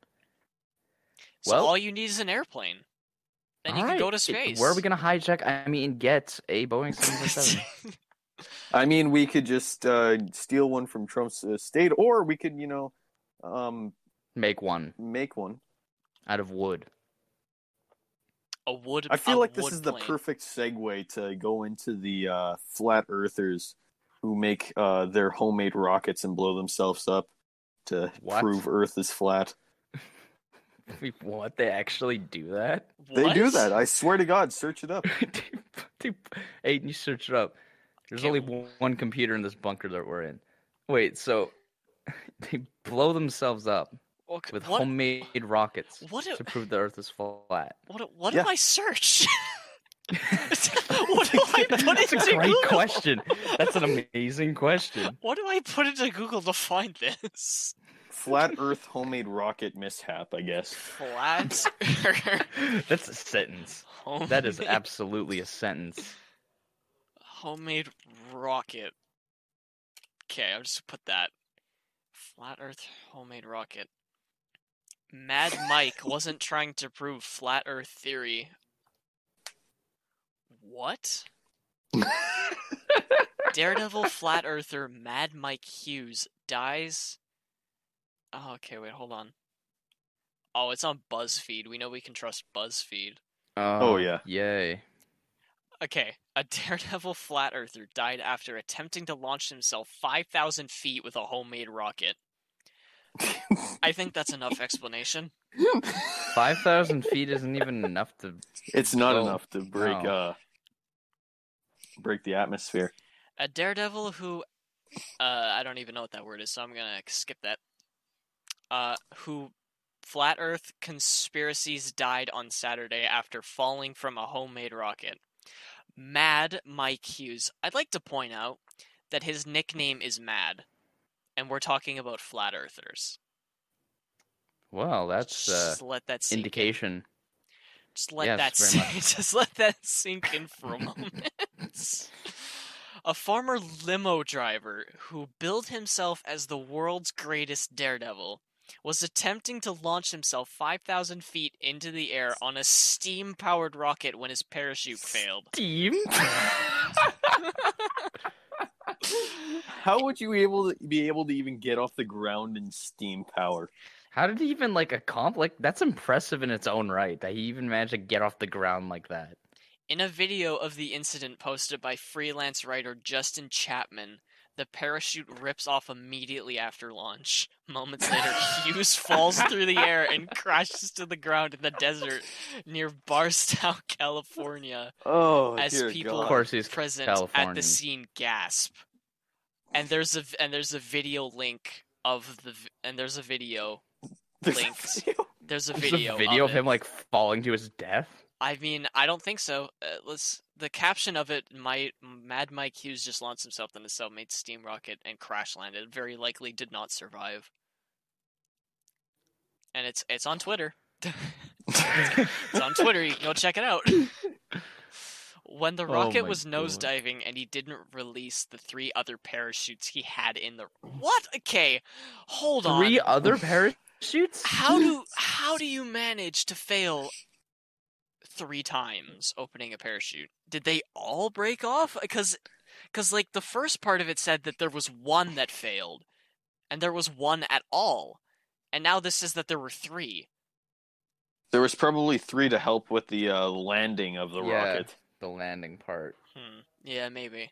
B: So
A: Well-
B: all you need is an airplane. Then you
A: All
B: can go
A: right,
B: to
A: it-
B: space.
A: Where are we gonna hijack? I mean, get a Boeing 747.
C: I mean, we could just uh, steal one from Trump's estate, or we could, you know, um,
A: Make one
C: make one.
A: out of wood.
B: a wood.
C: I feel
B: a
C: like this
B: wood
C: is the
B: plane.
C: perfect segue to go into the uh, flat earthers who make uh, their homemade rockets and blow themselves up to
A: What?
C: prove Earth is flat.
A: Wait, What? They actually do that?
C: They do
B: What?
C: that. I swear to God, search it up.
A: Dude, dude, Aiden, you search it up. There's
B: Okay.
A: only one- one computer in this bunker that we're in. Wait, so they blow themselves up
B: Okay,
A: with
B: what,
A: homemade rockets
B: What?
A: to
B: A,
A: prove the Earth is flat.
B: what? What
C: Yeah.
B: if I search? what do I put
A: That's
B: into
A: a great
B: Google?
A: question. That's an amazing question.
B: What do I put into Google to find this?
C: Flat Earth homemade rocket mishap, I guess.
B: Flat.
A: That's a sentence.
B: homemade,
A: That is absolutely a sentence.
B: homemade rocket. Okay, I'll just put that. Flat Earth homemade rocket. Mad Mike wasn't trying to prove flat Earth theory. What? Daredevil flat earther Mad Mike Hughes dies. Oh, okay, wait, hold on. Oh, it's on BuzzFeed. We know we can trust BuzzFeed.
C: Oh, yeah.
A: Yay.
B: Okay, a Daredevil flat earther died after attempting to launch himself 5,000 feet with a homemade rocket. I think that's enough explanation.
A: Five thousand feet isn't even enough to.
C: It's not
A: Oh,
C: enough to break
A: no.
C: uh break the atmosphere.
B: A Daredevil who, uh, I don't even know what that word is, so I'm gonna skip that. Uh, who flat Earth conspiracies died on Saturday after falling from a homemade rocket. Mad Mike Hughes. I'd like to point out that his nickname is Mad, and we're talking about flat Earthers.
A: Well, that's uh,
B: just let that sink.
A: indication.
B: Just let
A: Yes,
B: that
A: very
B: sink. Just let that sink in for a moment. a former limo driver who billed himself as the world's greatest daredevil was attempting to launch himself 5,000 feet into the air on a steam-powered rocket when his parachute failed.
A: Team.
C: How would you able to be able to even get off the ground in steam power?
A: How did he even like accomplish? Like, that's impressive in its own right that he even managed to get off the ground like that.
B: In a video of the incident posted by freelance writer Justin Chapman, the parachute rips off immediately after launch. Moments later, Hughes falls through the air and crashes to the ground in the desert near Barstow, California,
C: Oh,
B: as
C: dear
B: people
C: God.
A: Of course, he's
B: present at
A: Californian.
B: the scene gasp. And there's a and there's a video link of the v- and there's a video. Linked. There's a
A: There's
B: video.
A: a video of,
B: it.
A: him like falling to his death.
B: I mean, I don't think so. Uh, let's. The caption of it might Mad Mike Hughes just launched himself in a self-made steam rocket and crash landed. Very likely did not survive. And it's it's on Twitter. It's on Twitter. You can go check it out. When the
A: Oh
B: rocket
A: my
B: was nose
A: God.
B: diving and he didn't release the three other parachutes he had in the what? Okay, hold on.
A: Three other parachutes.
B: How do how do you manage to fail three times opening a parachute? Did they all break off? Because because like the first part of it said that there was one that failed, and there was one at all, and now this says that there were three.
C: There was probably three to help with the uh, landing of the
A: Yeah.
C: rocket.
A: The landing part.
B: Hmm. Yeah, maybe.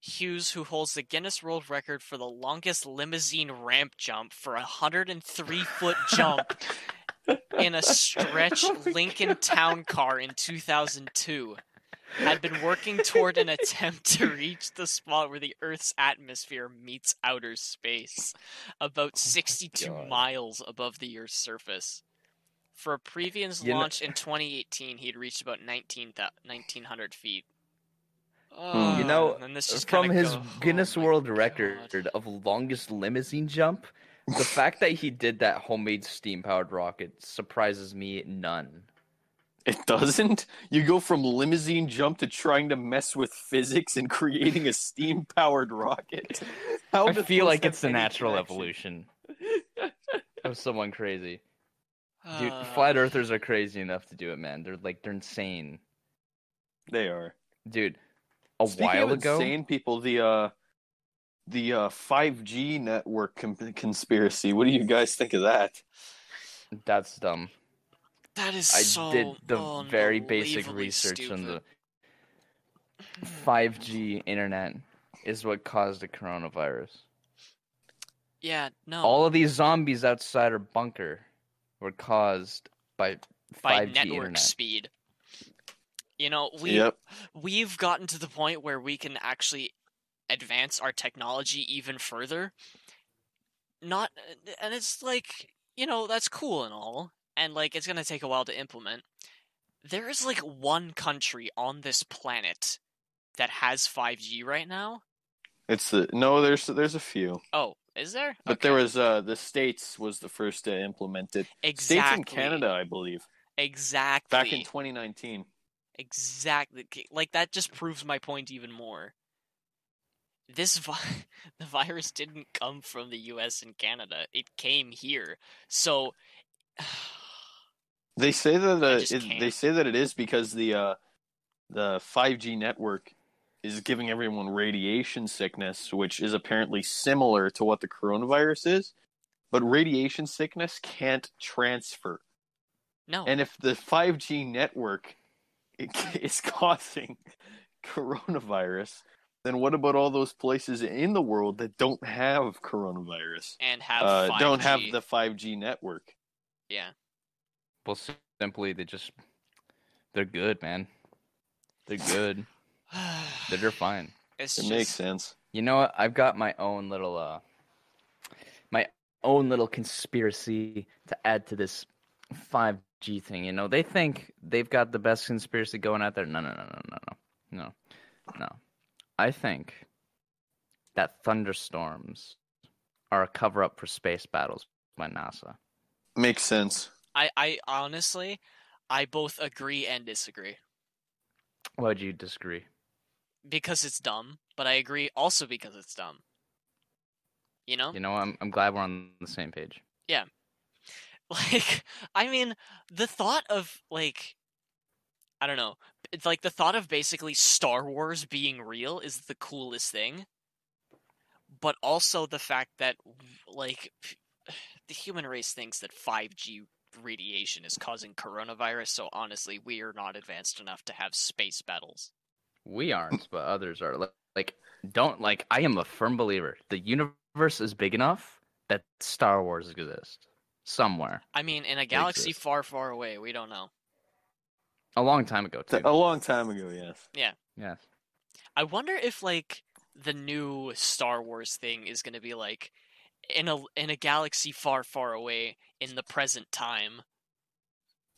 B: Hughes, who holds the Guinness World Record for the longest limousine ramp jump for a 103 foot jump in a stretch
A: Oh my
B: Lincoln Town car in 2002, had been working toward an attempt to reach the spot where the Earth's atmosphere meets outer space, about 62
A: Oh God.
B: miles above the Earth's surface. For a previous
A: You know-
B: launch in 2018, he had reached about 19, 1,900 feet.
A: You know,
B: and Ah, then this just
A: from
B: kinda
A: his
B: go- oh
A: Guinness
B: my
A: World
B: God.
A: Record of longest limousine jump, the fact that he did that homemade steam powered rocket surprises me none.
C: It doesn't. You go from limousine jump to trying to mess with physics and creating a steam powered rocket. How
A: I
C: does
A: feel
C: those
A: like
C: have
A: it's the
C: any
A: natural
C: connection?
A: evolution of someone crazy. Dude,
B: Uh,
A: flat earthers are crazy enough to do it, man. They're like they're insane.
C: They are.
A: Dude, a
C: Speaking
A: while
C: of
A: ago,
C: insane people, the uh, the uh, 5G network com- conspiracy. What do you guys think of that?
A: that's dumb.
B: That is
A: I
B: so
A: did the very basic
B: unbelievably
A: research on the
B: stupid.
A: 5G internet is what caused the coronavirus.
B: Yeah, no.
A: All of these zombies outside our bunker were caused by 5G
B: by network
A: internet.
B: speed. You know, we we've gotten to the point where we can actually advance our technology even further. Not and it's like, you know, that's cool and all, and like it's going to take a while to implement. There is like one country on this planet that has 5G right now.
C: It's the no. There's there's a few,
B: Oh, is there?
C: but there was uh the states was the first to implement it.
B: exactly.
C: States and Canada, I believe,
B: Exactly.
C: back in 2019.
B: Exactly. K- Like that just proves my point even more. This vi- the virus didn't come from the US and Canada. It came here. So
C: They say that uh,
B: just
C: it,
B: can't.
C: they say that it is because the uh the 5G network is giving everyone radiation sickness, which is apparently similar to what the coronavirus is, but radiation sickness can't transfer.
B: No.
C: And if the 5G network i- is causing coronavirus, then what about all those places in the world that don't have coronavirus?
B: and have
C: Uh, don't have
B: 5G.
C: the 5G network.
B: yeah.
A: Well, simply they just they're good, man. They're good. they're they're fine.
B: it's
C: It
B: just,
C: makes sense.
A: You know what? I've got my own little uh my own little conspiracy to add to this 5G thing. You know, they think they've got the best conspiracy going out there. No, no, no, no, no, no. No. No. I think that thunderstorms are a cover up for space battles by NASA.
C: Makes sense.
B: I I honestly I both agree and disagree
A: Why would you disagree?
B: because it's dumb, but I agree also because it's dumb. You know?
A: You know, I'm I'm glad we're on the same page.
B: Like, I mean, the thought of like, I don't know. It's like the thought of basically Star Wars being real is the coolest thing. But also the fact that like the human race thinks that 5G radiation is causing coronavirus, so honestly, we are not advanced enough to have space battles.
A: We aren't, but others are. Like, like, don't like. I am a firm believer. The universe is big enough that Star Wars exists somewhere
B: I mean, in a galaxy
A: exist.
B: far, far away, we don't know.
A: a long time ago too.
C: Th- A long time ago, yes.
A: Yes.
B: I wonder if like the new Star Wars thing is going to be like in a in a galaxy far, far away in the present time.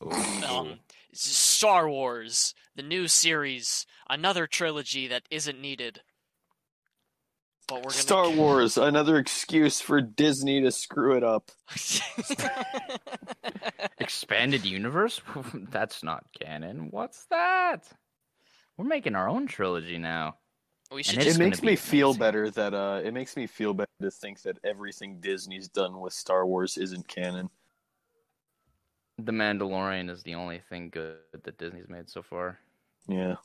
A: Mm-hmm.
B: Um, s- Star Wars, the new series, another trilogy that isn't needed. But we're gonna
C: Star Wars, another excuse for Disney to screw it up.
A: Expanded universe? That's not canon. What's that? We're making our own trilogy now.
B: we
A: And
B: should
A: it
B: just
A: is
C: it makes
A: gonna be
C: me feel
A: amazing.
C: better that uh, it makes me feel better to think that everything Disney's done with Star Wars isn't canon.
A: The Mandalorian is the only thing good that Disney's made so far.
C: Yeah,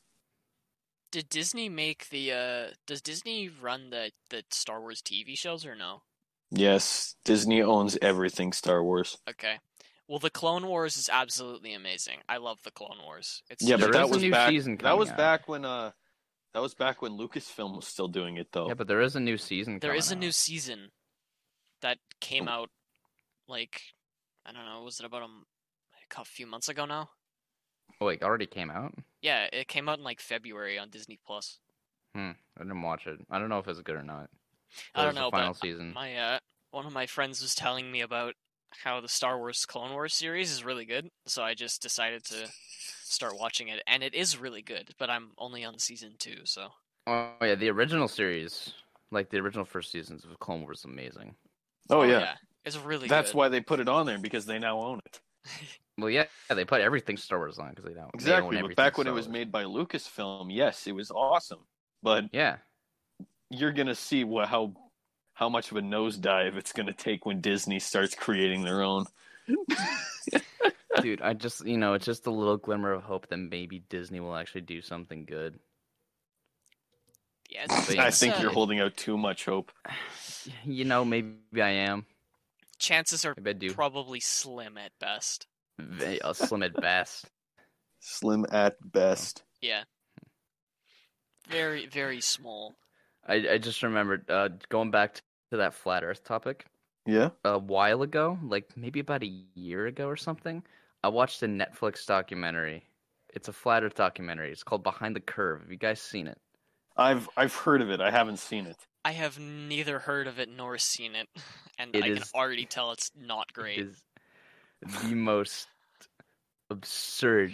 B: did Disney make the uh does Disney run the the Star Wars TV shows or no?
C: yes, Disney owns everything Star Wars.
B: Okay. Well, the Clone Wars is absolutely amazing. I love the Clone Wars. It's
C: Yeah, but
A: There
C: that
A: is a
C: was
A: new
C: back.
A: season
C: That
A: coming
C: was
A: out.
C: back when uh, that was back when Lucasfilm was still doing it though.
A: Yeah, but there is a new season.
B: There
A: coming
B: is a
A: out.
B: new season that
C: Oh.
B: came out like I don't know, was it about a, m- a few months ago now?
A: Oh, wait, already came out.
B: Yeah, it came out in like February on Disney Plus.
A: I didn't watch it. I don't know if it's good or not.
B: I
A: It was
B: don't
A: the
B: know,
A: Final
B: but
C: Hmm.
A: season.
B: my uh, one of my friends was telling me about how the Star Wars Clone Wars series is really good, so I just decided to start watching it and it is really good, but I'm only on season 2, so
A: Oh yeah, the original series, like the original first seasons of Clone Wars, is amazing.
C: oh yeah,
B: it's really
C: that's
B: good.
C: why they put it on there because they now own it.
A: Well, yeah, yeah, they put everything Star Wars on because they don't
C: Exactly, but back when it was made by Lucasfilm, yes, it was awesome. But
A: Yeah,
C: you're gonna see what how how much of a nosedive it's gonna take when Disney starts creating their own.
A: dude, I just you know it's just a little glimmer of hope that maybe Disney will actually do something good.
B: Yeah, it's-
A: But
C: I
B: it's,
C: think
B: uh,
C: you're holding out too much hope.
A: You know, maybe I am.
B: chances are
A: Maybe I do.
B: probably slim at best.
A: Ve- uh, slim at best.
C: Slim at best.
B: Yeah. Very, very small.
A: I I just remembered uh, going back to that flat Earth topic.
C: Yeah.
A: a while ago, like maybe about a year ago or something, I watched a Netflix documentary. It's a flat earth documentary. It's called Behind the Curve. Have you guys seen it?
C: I've I've heard of it. I haven't seen it.
B: I have neither heard of it nor seen it, and
A: It
B: I can
A: is-
B: already tell it's not great.
A: It is the most absurd,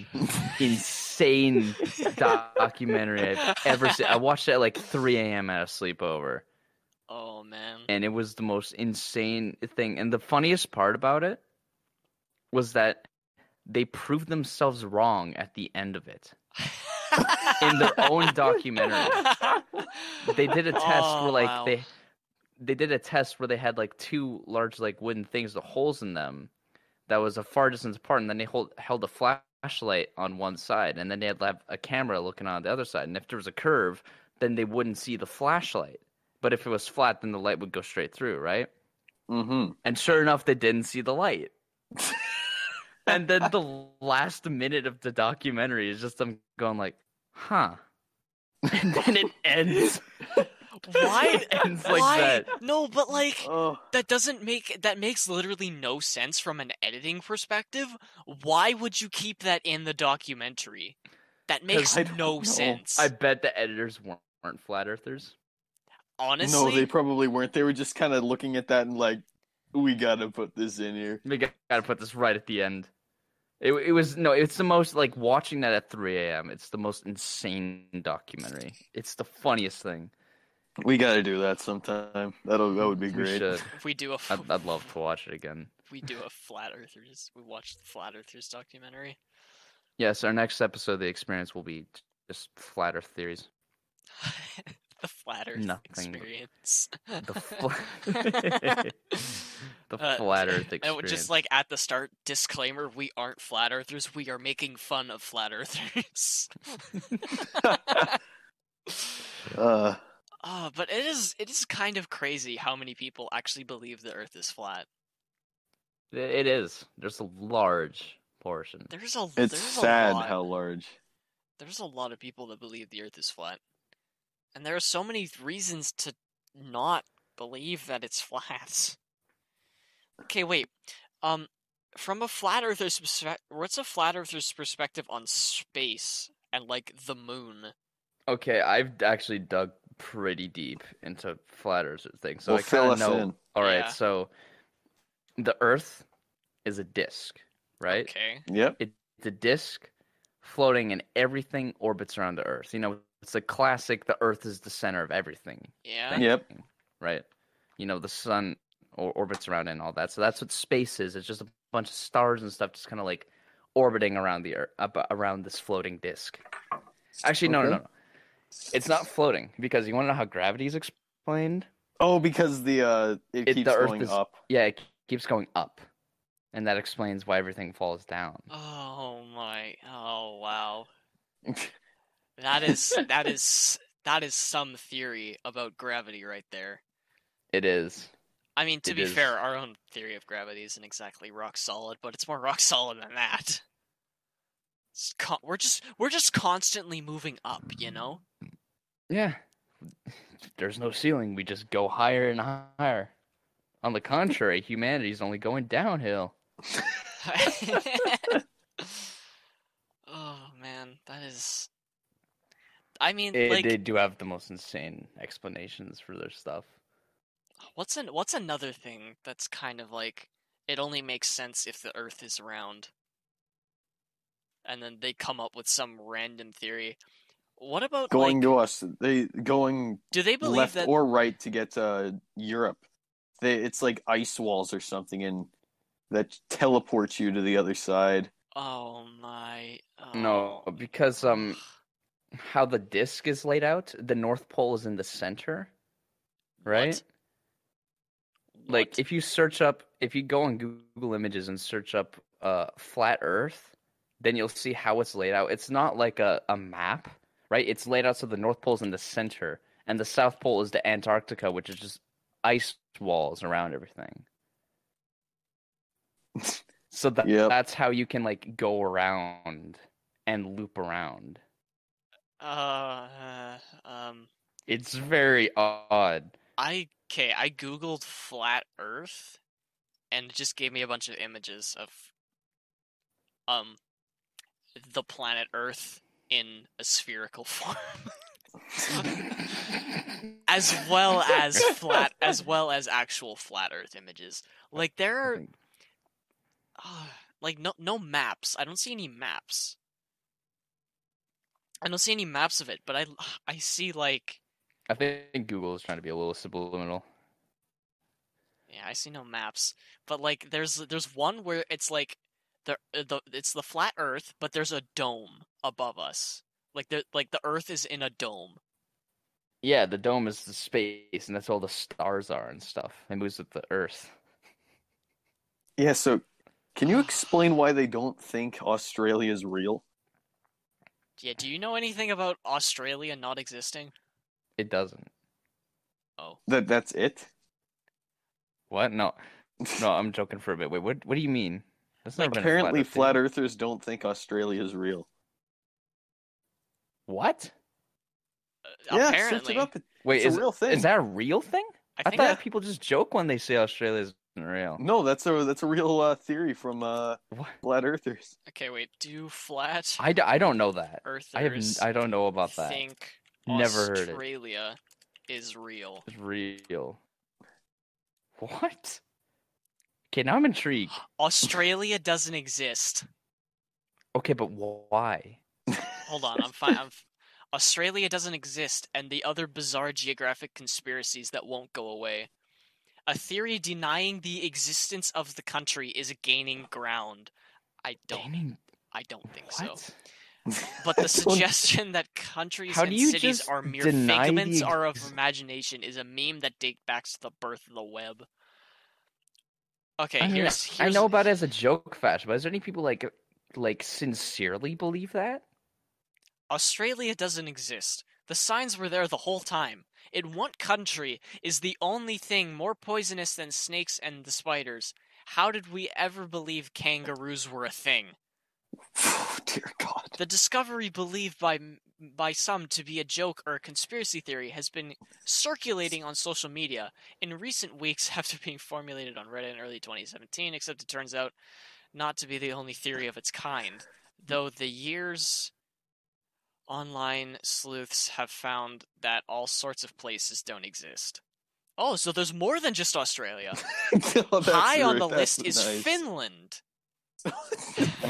A: insane documentary I've ever seen. I watched it at like 3 a.m. at a sleepover.
B: Oh man.
A: and it was the most insane thing. And the funniest part about it was that they proved themselves wrong at the end of it in their own documentary. They did a test
B: Oh,
A: where like
B: wow.
A: they they did a test where they had like two large like wooden things with holes in them that was a far distance apart, and then they hold, held a flashlight on one side, and then they had to have a camera looking on the other side, and if there was a curve. then they wouldn't see the flashlight. But if it was flat, then the light would go straight through, right?
C: Mm-hmm.
A: And sure enough, they didn't see the light. and then the last minute of the documentary is just them going like, "Huh," and then it ends.
B: Why?
A: It ends like
B: Why?
A: that.
B: No, but like
C: Oh,
B: that doesn't make that makes literally no sense from an editing perspective. Why would you keep that in the documentary? That makes
C: I don't
B: no
C: know.
B: sense.
A: I bet the editors weren't, weren't flat earthers.
B: Honestly,
C: no, they probably weren't. They were just kind of looking at that and like, we gotta put this in here.
A: We got to put this right at the end. It, it was no. It's the most like watching that at 3 a.m. It's the most insane documentary. It's the funniest thing.
C: We gotta do that sometime. That'll that would be
A: We
C: great.
A: should.
B: if we do a f-
A: I'd, I'd love to watch it again.
B: if we do a flat earthers. We watch the flat earthers documentary.
A: Yes, our next episode, the experience will be just flat Earth theories.
B: the flat earth
A: Nothing.
B: experience.
A: The, fla- the
B: Uh,
A: flat Earth
B: And
A: experience.
B: just like at the start, disclaimer: we aren't flat earthers. We are making fun of flat earthers.
C: Uh,
B: Uh, but it is it is kind of crazy how many people actually believe the Earth is flat.
A: it is. There's a large portion.
B: There's a
C: it's
B: there's a
C: sad
B: lot,
C: how large.
B: there's a lot of people that believe the Earth is flat, and there are so many reasons to not believe that it's flat. Okay, wait. Um, from a flat Earther's perspective, what's a flat Earther's perspective on space and like the moon?
A: Okay, I've actually dug pretty deep into flat Earth things, so
C: Well,
A: I kind
C: fill
A: of
C: us
A: know.
C: in.
A: All right,
B: Yeah.
A: so the Earth is a disc, right?
B: Okay.
C: Yep.
A: It's a disc floating, and everything orbits around the Earth. You know, it's a classic. The Earth is the center of everything.
B: Yeah.
A: thing,
C: Yep.
A: Right. You know, the sun or- orbits around it and all that. So that's what space is. It's just a bunch of stars and stuff just kind of like orbiting around the earth, up around this floating disk. Actually, no, no, no,
C: Okay.
A: no. It's not floating because you want to know how gravity is explained?
C: Oh, because the uh, it,
A: It-
C: keeps
A: the Earth
C: going
A: is-
C: up.
A: Yeah, it keeps going up. And that explains why everything falls down.
B: Oh my! Oh wow! That is that is that is some theory about gravity right there.
A: It is.
B: I mean, to
A: It
B: be
A: is.
B: fair, our own theory of gravity isn't exactly rock solid, but it's more rock solid than that. It's con- we're just we're just constantly moving up, you know.
A: Yeah. There's no ceiling. We just go higher and higher. On the contrary, humanity's only going downhill.
B: oh man, that is. I mean,
A: It-
B: like,
A: they do have the most insane explanations for their stuff.
B: what's an what's another thing that's kind of like it only makes sense if the Earth is round, and then they come up with some random theory. What about
C: Going
B: like,
C: to us, they going
B: Do they believe
C: left
B: that?
C: or right to get to Europe. They, it's like ice walls or something, and that teleports you to the other side.
B: Oh my! Oh.
A: No, because um, how the disc is laid out, the North Pole is in the center, right?
B: What?
A: Like if you search up, if you go on Google Images and search up uh flat Earth, then you'll see how it's laid out. It's not like a a map, right? It's laid out so the North Pole's in the center, and the South Pole is the Antarctica, which is just ice walls around everything. So that,
C: Yep.
A: that's how you can like go around and loop around.
B: uh, um,
A: It's very odd.
B: I okay. I googled flat Earth, and it just gave me a bunch of images of, um, the planet Earth in a spherical form, as well as flat, as well as actual flat Earth images. Like there
A: I
B: are
A: think-
B: Ah, like no no maps. I don't see any maps. I don't see any maps of it, but I I see like
A: I think Google is trying to be a little subliminal.
B: yeah, I see no maps. But like there's there's one where it's like the uh, the it's the flat earth, but there's a dome above us. Like the like the earth is in a dome.
A: Yeah, the dome is the space, and that's all the stars are and stuff. It moves with the Earth.
C: Yeah. So, can you explain why they don't think Australia's real?
B: Yeah, do you know anything about Australia not existing?
A: It doesn't.
B: Oh,
C: That that's it.
A: What? No, no, I'm joking for a bit. Wait, what? What do you mean? That's never been a
C: Apparently, flat
A: Earth thing.
C: earthers don't think Australia is real.
A: What?
B: uh,
C: Yeah, search
B: apparently.
C: it up. It's
A: Wait,
C: a
A: is
C: real thing.
A: is that a real thing?
B: I
A: I,
B: think
A: thought
B: that-
A: people just joke when they say Australia isn't real.
C: No, that's a that's a real uh, theory from uh,
A: What?
C: flat earthers.
B: okay, wait. Do flat
A: I, d- I don't know that. I have n-
B: earthers
A: I don't know about that.
B: think
A: Never heard it.
B: Australia is real?
A: It's real. What? Okay, now I'm intrigued.
B: Australia doesn't exist.
A: Okay, but wh- why?
B: Hold on, I'm fine. I'm... f- Australia doesn't exist, and the other bizarre geographic conspiracies that won't go away. A theory denying the existence of the country is gaining ground. I don't.
A: Dang,
B: I don't think so.
A: what?
B: But the
C: I don't-
B: suggestion that countries
A: How
B: and
A: do you
B: cities
A: just
B: are mere
A: deny the
B: figments are of
A: ex-
B: imagination is a meme that dates back to the birth of the web. Okay,
A: I, mean,
B: here's,
A: I
B: here's
A: know about it as a joke fashion, but is there any people like like sincerely believe that?
B: Australia doesn't exist. The signs were there the whole time. In what country is the only thing more poisonous than snakes and the spiders? How did we ever believe kangaroos were a thing?
C: Dear God.
B: The discovery believed by by some to be a joke or a conspiracy theory has been circulating on social media in recent weeks after being formulated on Reddit in early 2017, except it turns out not to be the only theory of its kind, though the years online sleuths have found that all sorts of places don't exist. Oh, so there's more than just Australia.
C: No, that's
B: High on
C: rude.
B: the
C: That's
B: list is
C: nice.
B: Finland.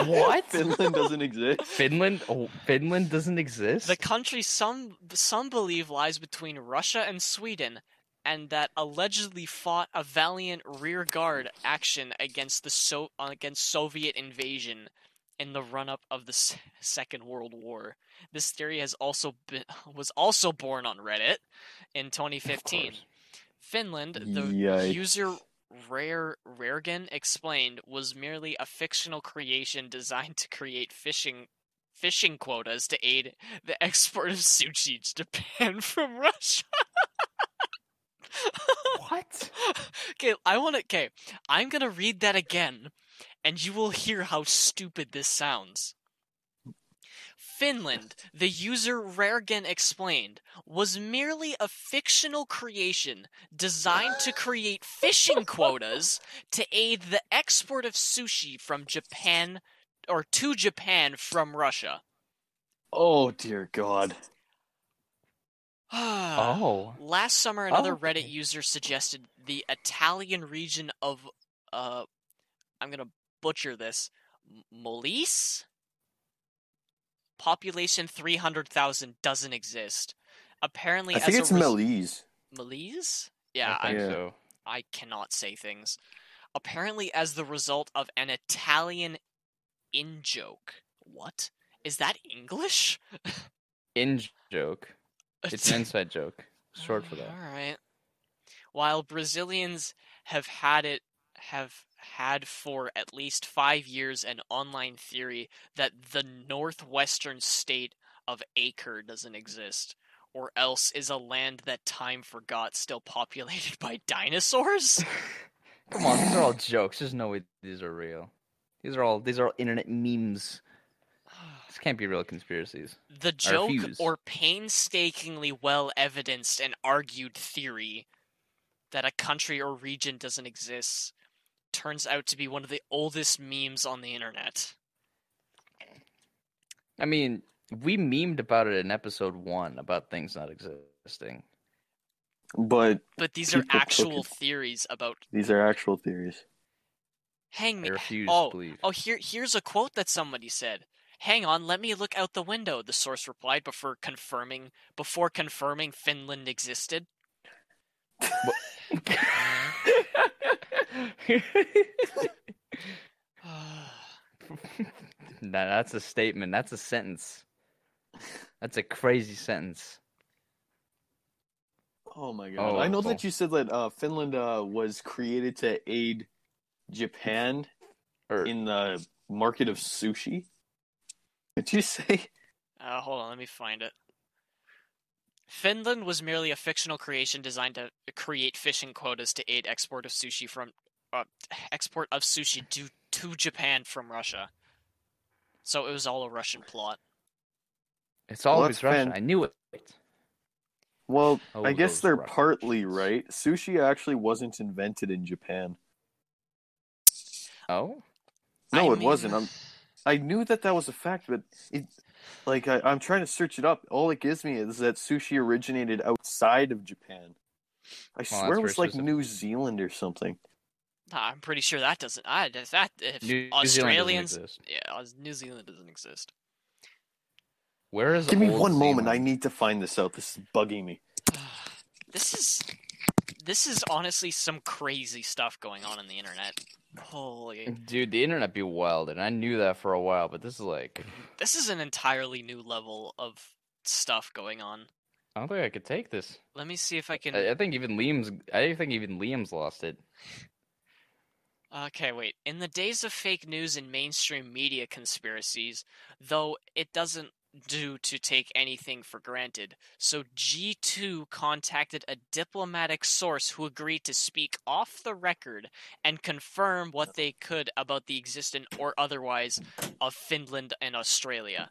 A: What?
C: Finland doesn't exist.
A: Finland? Oh, Finland doesn't exist.
B: The country some some believe lies between Russia and Sweden, and that allegedly fought a valiant rearguard action against the so against Soviet invasion in the run up of the S- Second World War. This theory has also been was also born on Reddit in
A: Of
B: 2015.
A: course.
B: Finland, the
C: Yikes.
B: user Rare Rergan explained, was merely a fictional creation designed to create fishing fishing quotas to aid the export of sushi to Japan from Russia.
A: What?
B: okay, I want to. Okay, I'm gonna read that again, and you will hear how stupid this sounds. Finland, the user Rergen explained, was merely a fictional creation designed to create fishing quotas to aid the export of sushi from Japan or to Japan from Russia.
C: Oh dear God.
A: Oh,
B: Last summer, another
A: Oh,
B: Reddit
A: okay.
B: user suggested the Italian region of, uh, I'm gonna butcher this, M- Molise. Population three hundred thousand doesn't exist. Apparently,
C: I think
B: as
C: it's
B: a res-
C: Malise.
B: Molise. Yeah,
A: I
B: I,
A: think
C: Yeah.
A: so.
B: I cannot say things. Apparently, as the result of an Italian in joke. What is that English?
A: In joke. It's an inside joke. Short for
B: All
A: that.
B: right. While Brazilians have had it have had for at least 5 years an online theory that the northwestern state of Acre doesn't exist or else is a land that time forgot still populated by dinosaurs?
A: Come on, these are all jokes. There's no way these are real. These are all these are all internet memes. This can't be real conspiracies.
B: the joke
A: refuse.
B: or painstakingly well evidenced and argued theory that a country or region doesn't exist turns out to be one of the oldest memes on the internet.
A: I mean, we memed about it in episode one about things not existing.
C: But
B: But these are
C: People took
B: actual
C: it.
B: theories about
C: these are actual theories.
B: hang
A: I
B: me.
A: refuse
B: oh,
A: to believe.
B: oh, here here's a quote that somebody said. Hang on, let me look out the window, the source replied before confirming before confirming Finland existed.
A: nah, that's a statement. That's a sentence. That's a crazy sentence.
C: Oh my God.
A: Oh,
C: I know
A: cool.
C: that you said that uh, Finland uh, was created to aid Japan
A: Or
C: in the market of sushi. Did you say?
B: Uh, hold on, let me find it. Finland was merely a fictional creation designed to create fishing quotas to aid export of sushi from uh, export of sushi to, to Japan from Russia. So it was all a Russian plot.
A: It's
C: Well,
A: always
C: that's
A: Russian.
C: fan-
A: I knew it.
C: Well,
A: Oh,
C: I guess
A: those
C: they're
A: Russians.
C: partly right. Sushi actually wasn't invented in Japan.
A: Oh,
C: No,
B: I
C: it wasn't.
B: mean-
C: I'm, I knew that that was a fact, but it, like, I, I'm trying to search it up. All it gives me is that sushi originated outside of Japan. I
A: that's
C: swear it was
A: very
C: like
A: specific.
C: New Zealand or something.
B: Nah, I'm pretty sure that doesn't. I if that if
A: New
B: Australians,
A: Zealand doesn't exist.
B: yeah, Aus- New Zealand doesn't exist.
A: Where is?
C: Give me
A: Old
C: one moment. I
A: Zealand?
C: need to find this out. This is bugging me.
B: This is this is honestly some crazy stuff going on in the internet. Holy,
A: Dude, the internet be wild, and I knew that for a while. But this is like,
B: this is an entirely new level of stuff going on.
A: I don't think I could take this.
B: Let me see if I can.
A: I, I think even Liam's. I think even Liam's lost it.
B: Okay, wait. In the days of fake news and mainstream media conspiracies, though it doesn't do to take anything for granted, so G2 contacted a diplomatic source who agreed to speak off the record and confirm what they could about the existence or otherwise of Finland and Australia.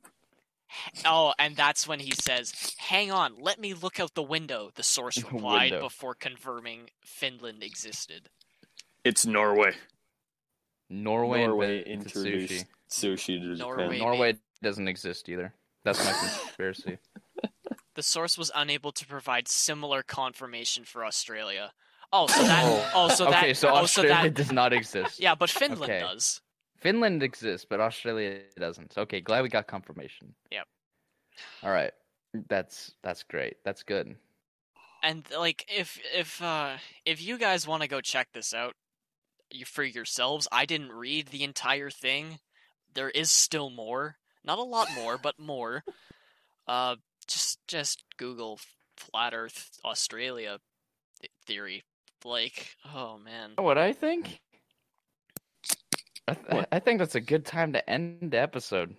B: H- Oh, and that's when he says, Hang on, let me look out the window, the source replied
A: Window.
B: before confirming Finland existed.
C: It's Norway.
A: Norway,
C: Norway
A: invented
C: introduced
A: sushi.
C: sushi to
B: Norway.
C: Japan.
A: Norway doesn't exist either. That's my conspiracy.
B: the source was unable to provide similar confirmation for Australia. Oh, so that. Oh, so that.
A: okay, so
B: oh, so
A: Australia
B: that.
A: does not exist.
B: Yeah, but Finland
A: Okay.
B: does.
A: Finland exists, but Australia doesn't. Okay, glad we got confirmation.
B: Yep.
A: All right, that's that's great. That's good.
B: And like, if if uh if you guys want to go check this out you- for yourselves, I didn't read the entire thing. There is still more, not a lot more, but more. Uh, just just Google flat Earth Australia th- theory. Like, oh man.
A: know what I think? I, th-
C: What?
A: I think that's a good time to end the episode.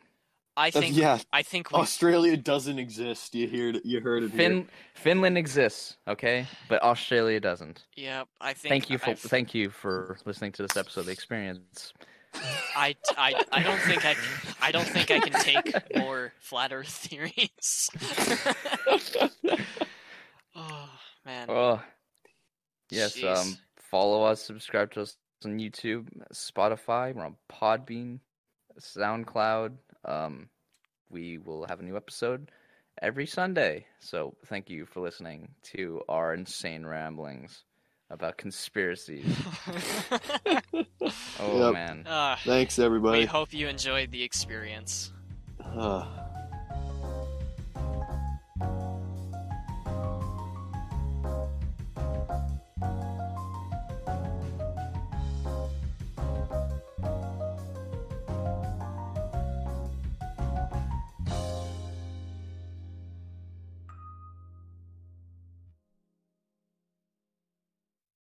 B: I think
C: yeah, Oh,
B: I think we
C: Australia doesn't exist. You heard it. You heard it. here.
A: Fin- Finland exists, okay, but Australia doesn't.
B: Yeah, I think.
A: Thank you for
B: I've-
A: thank you for listening to this episode of the experience.
B: I, I, I don't think I can, I don't think I can take more flat Earth theories. oh man.
A: Oh, yes.
B: Jeez.
A: Um, follow us, subscribe to us on YouTube, Spotify. We're on Podbean, SoundCloud. Um, we will have a new episode every Sunday. So thank you for listening to our insane ramblings about conspiracies. Oh
C: Yep.
A: man.
B: Uh,
C: Thanks,
B: we Uh,
C: everybody.
B: hope you enjoyed the experience.
C: Ah.